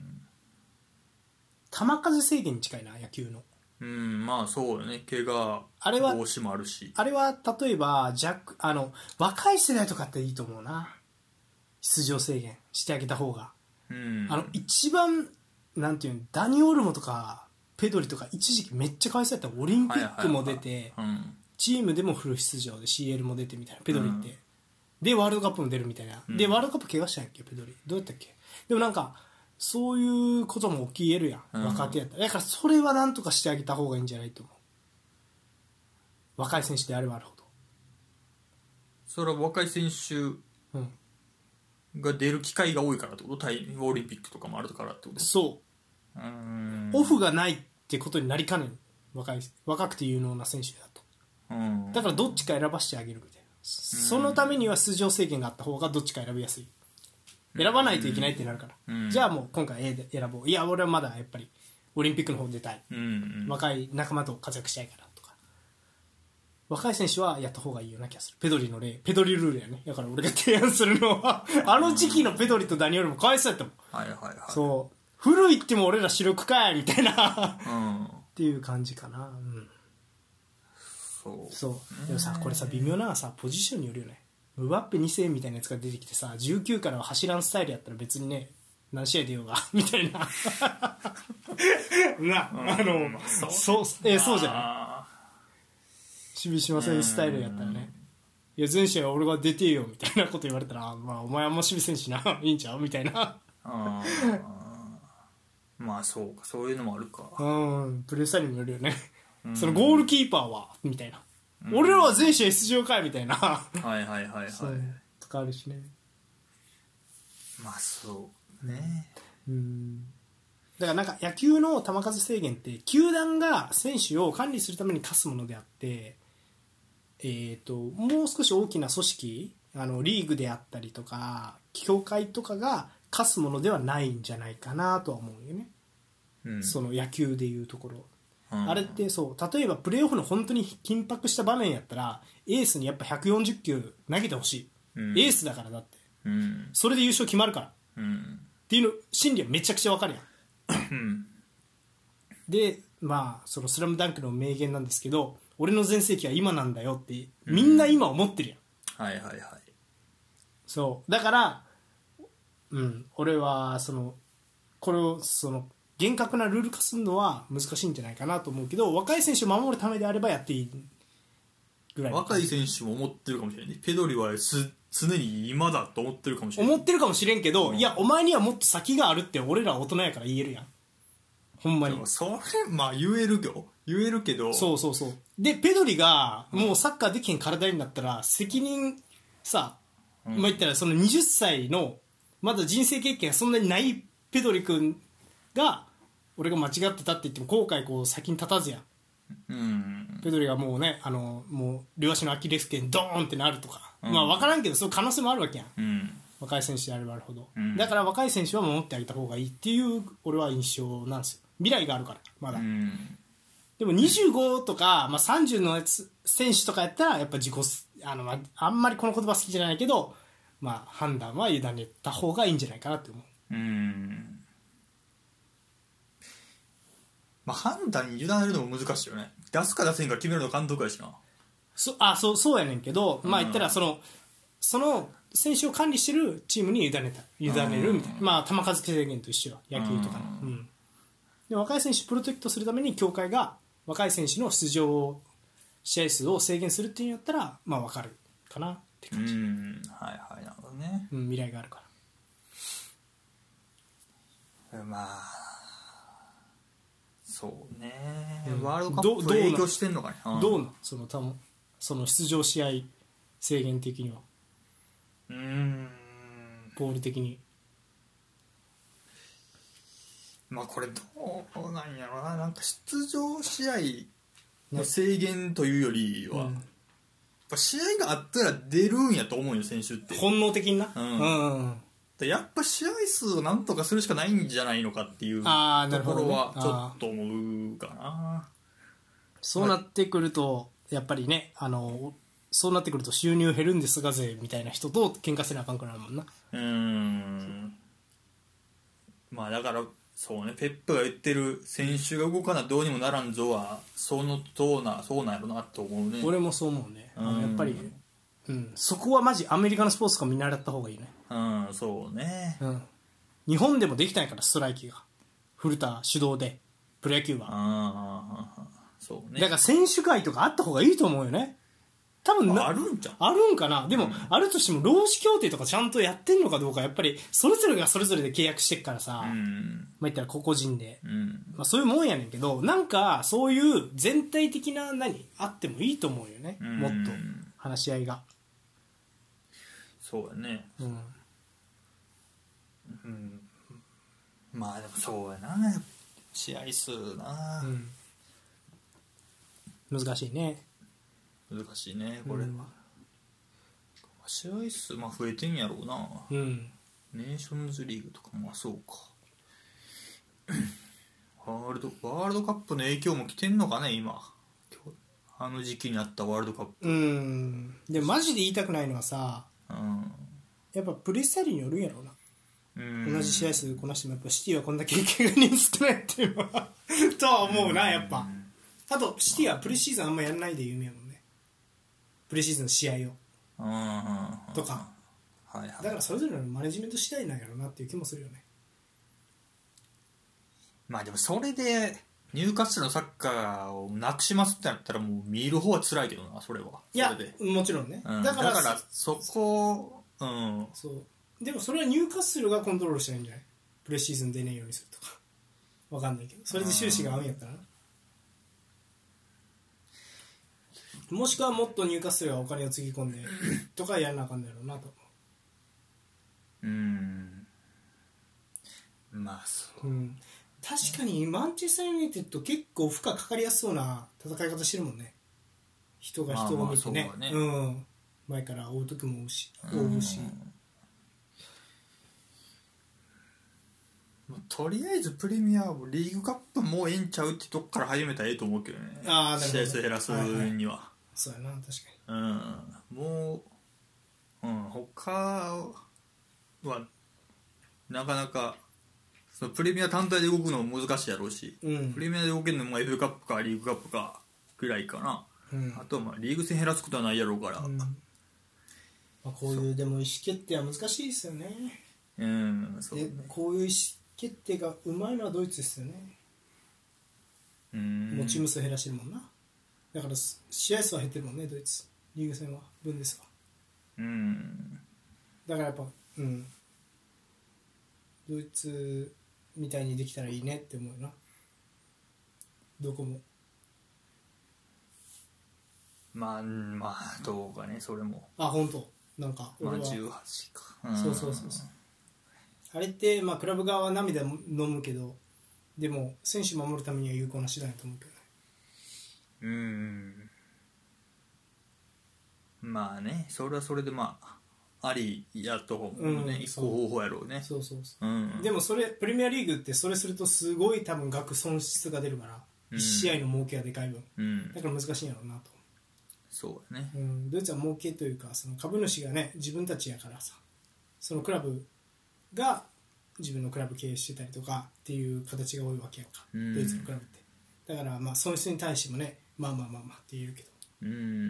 A: 球数制限に近いな野球の
B: うんまあそうよね怪我
A: あれは
B: 防止もあるし
A: あれは例えばジャックあの若い世代とかっていいと思うな出場制限してあげた方が、
B: うん
A: あの一番なんていうのダニ・オルモとかペドリとか一時期めっちゃかわいそうやったオリンピックも出て、
B: うん
A: チームでもフル出場で CL も出てみたいなペドリって、
B: うん
A: でワールドカップも出るみたいな、
B: うん
A: でワールドカップ怪我したんやっけペドリどうやったっけでもなんかそういうことも起きえるや
B: うん
A: ん若手やったらだからそれはなんとかしてあげた方がいいんじゃないと思う若い選手であればあるほ
B: それは若い選手
A: ど、うん、
B: が出る機会が多いからってこと対オリンピックとかもあるからってこと
A: そう
B: ーん
A: うオフがないってことになりかねん若い若くて有能な選手だと
B: うん
A: だからどっちか選ばしてあげるみたいなそのためには出場制限があった方がどっちか選びやすい選ばないといけないってなるから、
B: うん
A: じゃあもう今回 A で選ぼういや俺はまだやっぱりオリンピックの方出たい
B: うんうん
A: 若い仲間と活躍したいからとか若い選手はやった方がいいような気がするペドリの例ペドリルールやねだから俺が提案するのはあの時期のペドリとダニエルもかわいそうやったもん
B: はいはいはい
A: そう古いっても俺ら主力かいみたいなっ
B: うん
A: ていう感じかな、うん
B: そう
A: そうでもさこれさ微妙なのはさポジションによるよねムバッペ2世みたいなやつが出てきてさ19からは走らんスタイルやったら別にね何試合出ようが [laughs] みた
B: [laughs]
A: いななあの、
B: まあそう
A: そうえーそうじゃない
B: あ
A: 守備しませんスタイルやったらねいや全試合俺が出てよみたいなこと言われ [laughs] たらあまあお前はもう守備選手ないいんちゃうみたいな
B: ーあーまあそうかそういうのもあるか
A: うん、プレースタイルによるよね。
B: うん
A: そのゴールキーパーは、みたいな。
B: うん
A: 俺らは全試合出場かいみたいな。
B: はいはいはいはい
A: そう。とかあるしね。
B: まあそうね
A: うん。だからなんか野球の球数制限って、球団が選手を管理するために課すものであって、えっ、と、もう少し大きな組織、あの、リーグであったりとか、協会とかが課すものではないんじゃないかなとは思うよね。
B: うん
A: その野球でいうところ。
B: うん
A: あれってそう例えばプレーオフの本当に緊迫した場面やったらエースにやっぱ140球投げてほしい、
B: うん
A: エースだからだって
B: うん
A: それで優勝決まるからっ
B: うん
A: ていうの心理はめちゃくちゃわかるやん
B: うん
A: でまあその「スラムダンクの名言なんですけど俺の全盛期は今なんだよってみんな今思ってるやん、
B: はいはいはい
A: そうだからうん俺はそのこれをその厳格なルール化するのは難しいんじゃないかなと思うけど若い選手を守るためであればやっていいぐらいの
B: 若い選手も思ってるかもしれないペドリはす常に今だと思ってるかもしれない
A: 思ってるかもしれんけど、
B: うん
A: いやお前にはもっと先があるって俺ら大人やから言えるやんほんまに
B: でもそれまあ言えるよ言えるけど
A: そうそうそうでペドリがもうサッカーできへん体になったら責任さ、
B: うん
A: まあ言ったらその20歳のまだ人生経験がそんなにないペドリ君が俺が間違ってたって言っても後悔こう先に立たずやん
B: うん
A: ペドリがもうねあのもう両足のアキレス腱ドーンってなるとか、
B: うん
A: まあ分からんけどそういう可能性もあるわけやん
B: うん
A: 若い選手であればあるほど、
B: うん
A: だから若い選手は守ってあげた方がいいっていう俺は印象なんですよ未来があるからま
B: う
A: だ、
B: ん
A: でも25とか、まあ、30のやつ選手とかやったらやっぱ自己すあの、まあ、あんまりこの言葉好きじゃないけど、まあ、判断は委ねた方がいいんじゃないかなって思う
B: うんまあ判断に委ねるのも難しいよね出すか出せんか決めるの監督やしな
A: そあそうそうやねんけど、まあ
B: うん
A: 言ったらそのその選手を管理してるチームに委ねた委ねるみたいな、
B: うん
A: まあ、球数制限と一緒や野球とかの、
B: う
A: うんんで若い選手をプロテクトするために協会が若い選手の出場を試合数を制限するっていうんやったらまあ分かるかなって
B: う
A: 感じ、
B: んはいはいなるほどね
A: うん未来があるから
B: まあそうね、
A: うん
B: ワールドカップ
A: ど
B: と
A: どうな
B: 影響してんのかねん
A: どうなんそのたもその出場試合制限的には
B: うーん
A: ボール的に
B: まあこれどうなんやろななんか出場試合の制限というよりは、
A: うん
B: やっぱ試合があったら出るんやと思うんよ選手って
A: 本能的にな、
B: うん
A: うん
B: でやっぱ試合数をなんとかするしかないんじゃないのかっていうと
A: あーなるほ
B: こ
A: どね
B: ろはちょっと思うかな
A: そうなってくると、やっぱりねあのそうなってくると収入減るんですがぜみたいな人と喧嘩せなあかんくなるもんな
B: うーんまあだからそうねペップが言ってる選手が動かなどうにもならんぞはそのそうなそうなんやろなと思うね
A: 俺もそう思うねあ
B: うん
A: のやっぱり、うん、そこはマジアメリカのスポーツとか見習った方がいいね、
B: うんそうね
A: うん、日本でもできたんやからストライキが古田主導でプロ野球は、
B: ああそう
A: だ
B: ね
A: から選手会とかあった方がいいと思うよね多分な
B: あるんじゃん
A: あるんかなでも、あるとしても労使協定とかちゃんとやってんのかどうかやっぱりそれぞれがそれぞれで契約してっからさ、ま
B: う
A: あ
B: ん
A: 言ったら個々人で
B: うん
A: まあ、そういうもんやねんけどなんかそういう全体的な何あってもいいと思うよね
B: うん
A: もっと話し合いが、
B: そうやね
A: うん、
B: うんまあでもそうやな試合数な、
A: うん難しいね
B: 難しいねこれ
A: う
B: は、
A: ん
B: 試合数まあ増えてんやろうな
A: うん
B: ネーションズリーグとかもそうか [coughs] ワールドワールドカップの影響も来てんのかね今今日あの時期にあったワールドカップ
A: うんでマジで言いたくないのはさ
B: うん、
A: やっぱプレースタイルによるんやろうな、
B: うん、
A: 同じ試合数こなしてもやっぱシティはこんだけ経験が少ないっていうのはとは思うなやっぱあとシティはプレシーズンあんまやらないで有名やもんねプレシーズンの試合を
B: うんうんうん
A: とか
B: はいはい
A: だからそれぞれのマネジメント次第なんやろうなっていう気もするよね
B: まあでもそれでニューカッスルのサッカーをなくしますってなったらもう見る方は辛いけどなそれはい
A: や
B: それで、
A: もちろんね、
B: うん、
A: だ
B: だ
A: か
B: かららそこうん
A: そうでもそれはニューカッスルがコントロールしてないんじゃないプレシーズン出ないようにするとかわかんないけどそれで収支が合うんやったらなもしくはもっと入荷すればお金をつぎ込んでとかやらなあかんだろうなと思
B: うんまあそう
A: う、うん、確かにマンチェスター・ユナイテッド結構負荷かかりやすそうな戦い方してるもんね人が人を見てね,、、
B: まあまあそううん
A: 前から追う時も追うし
B: うん
A: 追うし、
B: まあとりあえずプレミアをリーグカップもうええんちゃうってとこから始めたらええと思うけどね
A: あーなるほど
B: 試合数減らすには、
A: そうやな確か
B: うんもう、うん、他はなかなかそのプレミア単体で動くのも難しいやろうし、
A: にうん
B: プレミアで動けるのも FA カップかリーグカップかぐらいかな
A: うん
B: あとはまあリーグ戦減らすことはないやろうから、
A: うんまあ、こういうでも意思決定は難しいですよね
B: うんそうね
A: でこういう意思決定がうまいのはドイツですよね、
B: うん
A: もうチーム数減らしてるもんなだからす試合数は減ってるもんねドイツリーグ戦は分ですが
B: うん
A: だからやっぱうんドイツみたいにできたらいいねって思うよなどこも
B: まあまあどうかねそれも
A: あ本当なんか
B: まあ
A: 俺は
B: 18か、ん
A: そうそうそうそうあれってまあクラブ側は涙も飲むけどでも選手守るためには有効な手段やと思うけどね
B: うんまあねそれはそれでまあありやと思うね、
A: うん
B: 一個方法やろうね
A: そうそうそう
B: う、ん、
A: でもそれプレミアリーグってそれするとすごい多分額損失が出るから、
B: うん
A: 1試合の儲けがでかい分
B: うん
A: だから難しいんやろうなと、
B: そうやね
A: うん、ドイツは儲けというかその株主がね自分たちやからさそのクラブが自分のクラブ経営してたりとかっていう形が多いわけやんか、
B: うん
A: ドイツのクラブってだからまあ損失に対してもねまあまあまあまあって言うけど、
B: うん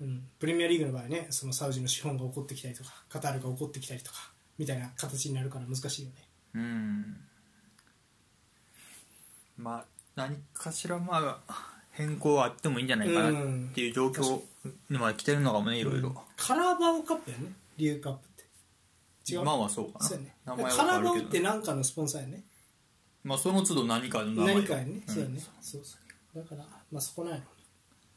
A: うん、プレミアリーグの場合ねそのサウジの資本が起こってきたりとかカタールが起こってきたりとかみたいな形になるから難しいよね
B: うんまあ何かしらまあ変更はあってもいいんじゃないかなっていう状況には来てるのかもねいろいろ
A: カラーバオカップやねリューカップって違う
B: 今はそうかな
A: そうやね
B: 名前は
A: カ
B: 変
A: ラーバ
B: わ
A: オ
B: る
A: っ
B: け
A: て
B: ど、
A: 何かのスポンサーやね
B: まあ、その都度何かの名前
A: 何かやね、
B: うん
A: そうやねそうそうだからまあそこなんやろ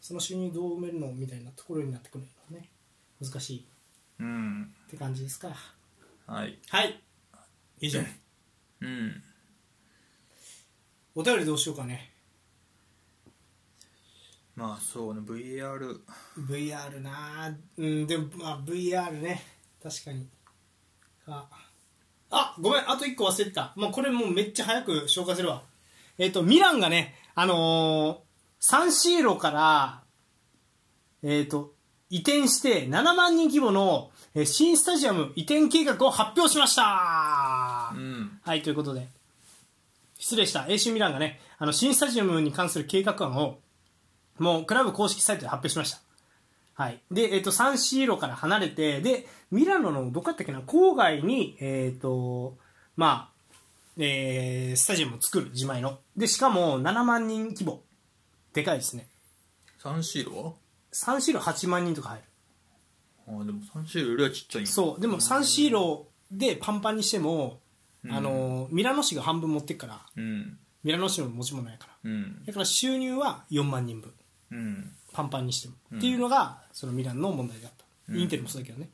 A: その収入どう埋めるのみたいなところになってくるんやろね難しいっ
B: うん
A: て感じですか
B: はい
A: はい以上
B: うん
A: お便りどうしようかね
B: まあそうね VAR
A: VR なあうんでもまあ VR ね確かにああごめんあと1個忘れてたもうこれもうめっちゃ早く紹介するわえっ、とミランがねあのーサンシーロからえっ、と移転して7万人規模のえー新スタジアム移転計画を発表しました、
B: うん
A: はい、ということで、失礼した。AC ミランがね、あの、新スタジアムに関する計画案を、もう、クラブ公式サイトで発表しました。はい。で、えっ、と、サンシーロから離れて、で、ミラノの、どこやったっけな、郊外に、えっ、と、まあ、えースタジアムを作る、自前の。で、しかも、7万人規模。でかいですね。
B: サンシーロ
A: サンシーロ8万人とか入る。
B: はあでもサンシーロよりはちっちゃいんや
A: そう、でも、サンシーロでパンパンにしても、あの、ミラノ市が半分持ってくから、
B: うん
A: ミラノ市の持ち物やから。
B: うん
A: だから収入は4万人分
B: うん
A: パンパンにしても、っていうのがそのミランの問題だった、インテルもそうだけどね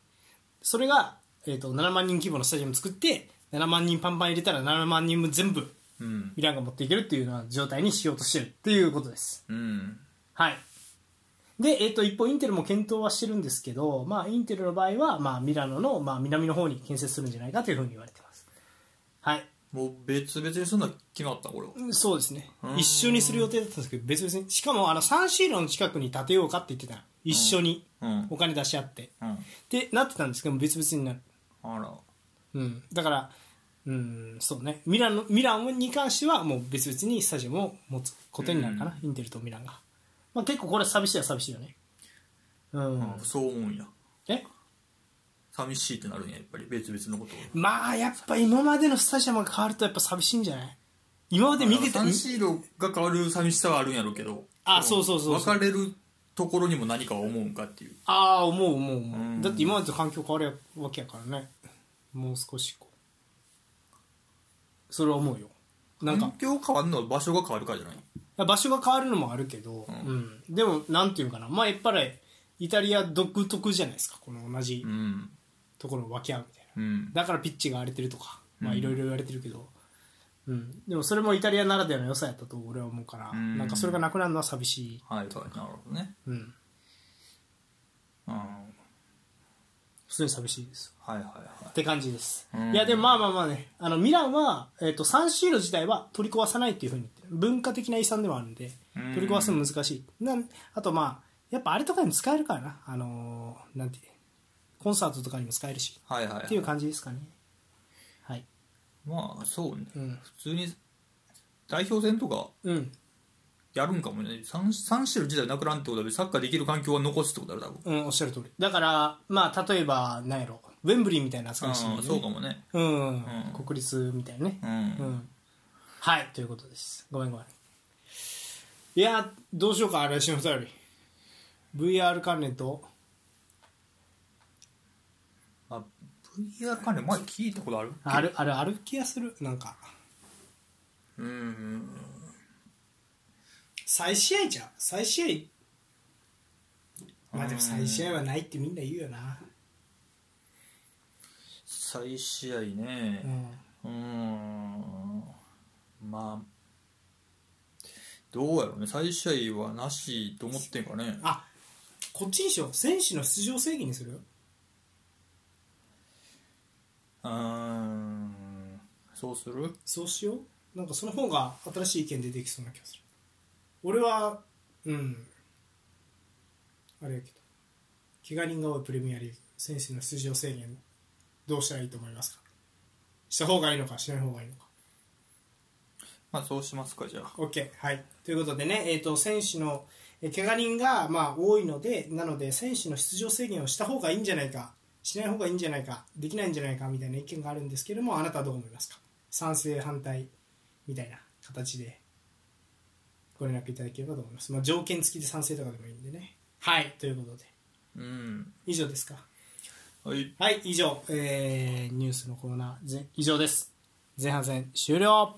A: それが、えー、と7万人規模のスタジアム作って7万人パンパン入れたら7万人分全部
B: うん
A: ミランが持っていけるっていうような状態にしようとしてるっていうことです
B: うん
A: はいで、えー、と一方インテルも検討はしてるんですけど、まあ、インテルの場合は、まあ、ミラノの、まあ、南の方に建設するんじゃないかというふうに言われてますはい
B: もう別々にすんの決まったこれは
A: そうですね
B: うん
A: 一緒にする予定だったんですけど別々にしかもあのサンシーロの近くに建てようかって言ってたの一緒に
B: うん
A: お金出し合って、
B: うん
A: ってなってたんですけど別々になる、
B: あら
A: うん、だからうんそうねミランのミランに関してはもう別々にスタジアムを持つことになるかな、インテルとミランが、まあ、結構これ寂しいは寂しいよねうん、
B: あそう思うんや
A: え
B: 寂しいってなるんややっぱり別々のことを
A: まあやっぱ今までのスタジアムが変わるとやっぱ寂しいんじゃない今まで見てた
B: サンシーロが変わる寂しさはあるんやろうけど
A: あそうそうそうそう
B: 別れるところにも何かを思うんかっていう
A: ああ思う思う思う、
B: うん
A: だって今までと環境変わるわけやからねもう少しこうそれは思うよなんか
B: 環境変わるのは場所が変わるからじゃない
A: 場所が変わるのもあるけど、うんでもなんていうかなまあやっぱりイタリア独特じゃないですかこの同じ
B: うん
A: ところを分け合うみたいな、
B: うん
A: だからピッチが荒れてるとかまあ
B: うん
A: いろいろ言われてるけど、うん、でもそれもイタリアならではの良さやったと俺は思うから、
B: うん
A: なんかそれがなくなるのは寂しい、
B: はいそうなるほどね
A: うん、
B: うんは
A: 普通に寂しいです
B: いはいはい
A: って感じです、
B: うん
A: いやでもまあまあまあねあのミランは、えっとサンシーロ自体は取り壊さないっていうふうに言ってる文化的な遺産でもあるんで
B: うん
A: 取り壊すの難しいなんあとまあやっぱあれとかにも使えるからなあのーなんてコンサートとかにも使えるし
B: はいはい
A: っていう感じですかねはい
B: まあそうね、
A: うん
B: 普通に代表戦とか
A: うん
B: やるんかもね三三種類自体なくなんってことはサッカーできる環境は残すってことだろ多分
A: うんおっしゃる通りだからまあ例えばなんやろウェンブリーみたいな扱いして
B: あ
A: る
B: あそう
A: ね
B: かもね
A: うん、
B: うん
A: 国立みたいなね
B: う、
A: うんんはいということですごめんごめんいやどうしようか来週のお便り VR 関連と
B: あ VR 関連前聞いたことある
A: あるあるある気がするなんか
B: うん
A: 再試合じゃん再試合まあでも
B: うん
A: 再試合はないってみんな言うよな
B: 再試合
A: う
B: ね
A: ん
B: うんまあどうやろうね再試合はなしと思ってんかね
A: あこっちにしよう選手の出場制限にする
B: うんそうする
A: そうしようなんかその方が新しい意見出てきそうな気がする俺はうんあれやけど怪我人が多いプレミアリーグ選手の出場制限どうしたらいいと思いますかした方がいいのかしない方がいいのか
B: まあそうしますかじゃあ
A: OK はいということでね、えー、と選手のえー怪我人がまあ多いのでなので選手の出場制限をした方がいいんじゃないかしない方がいいんじゃないかできないんじゃないかみたいな意見があるんですけどもあなたはどう思いますか賛成反対みたいな形でご連絡いただければと思います、まあ、条件付きで賛成とかでもいいんでねはいということで
B: うん
A: 以上ですか
B: はい
A: はい以上、えーニュースのコーナーぜ以上です前半戦終了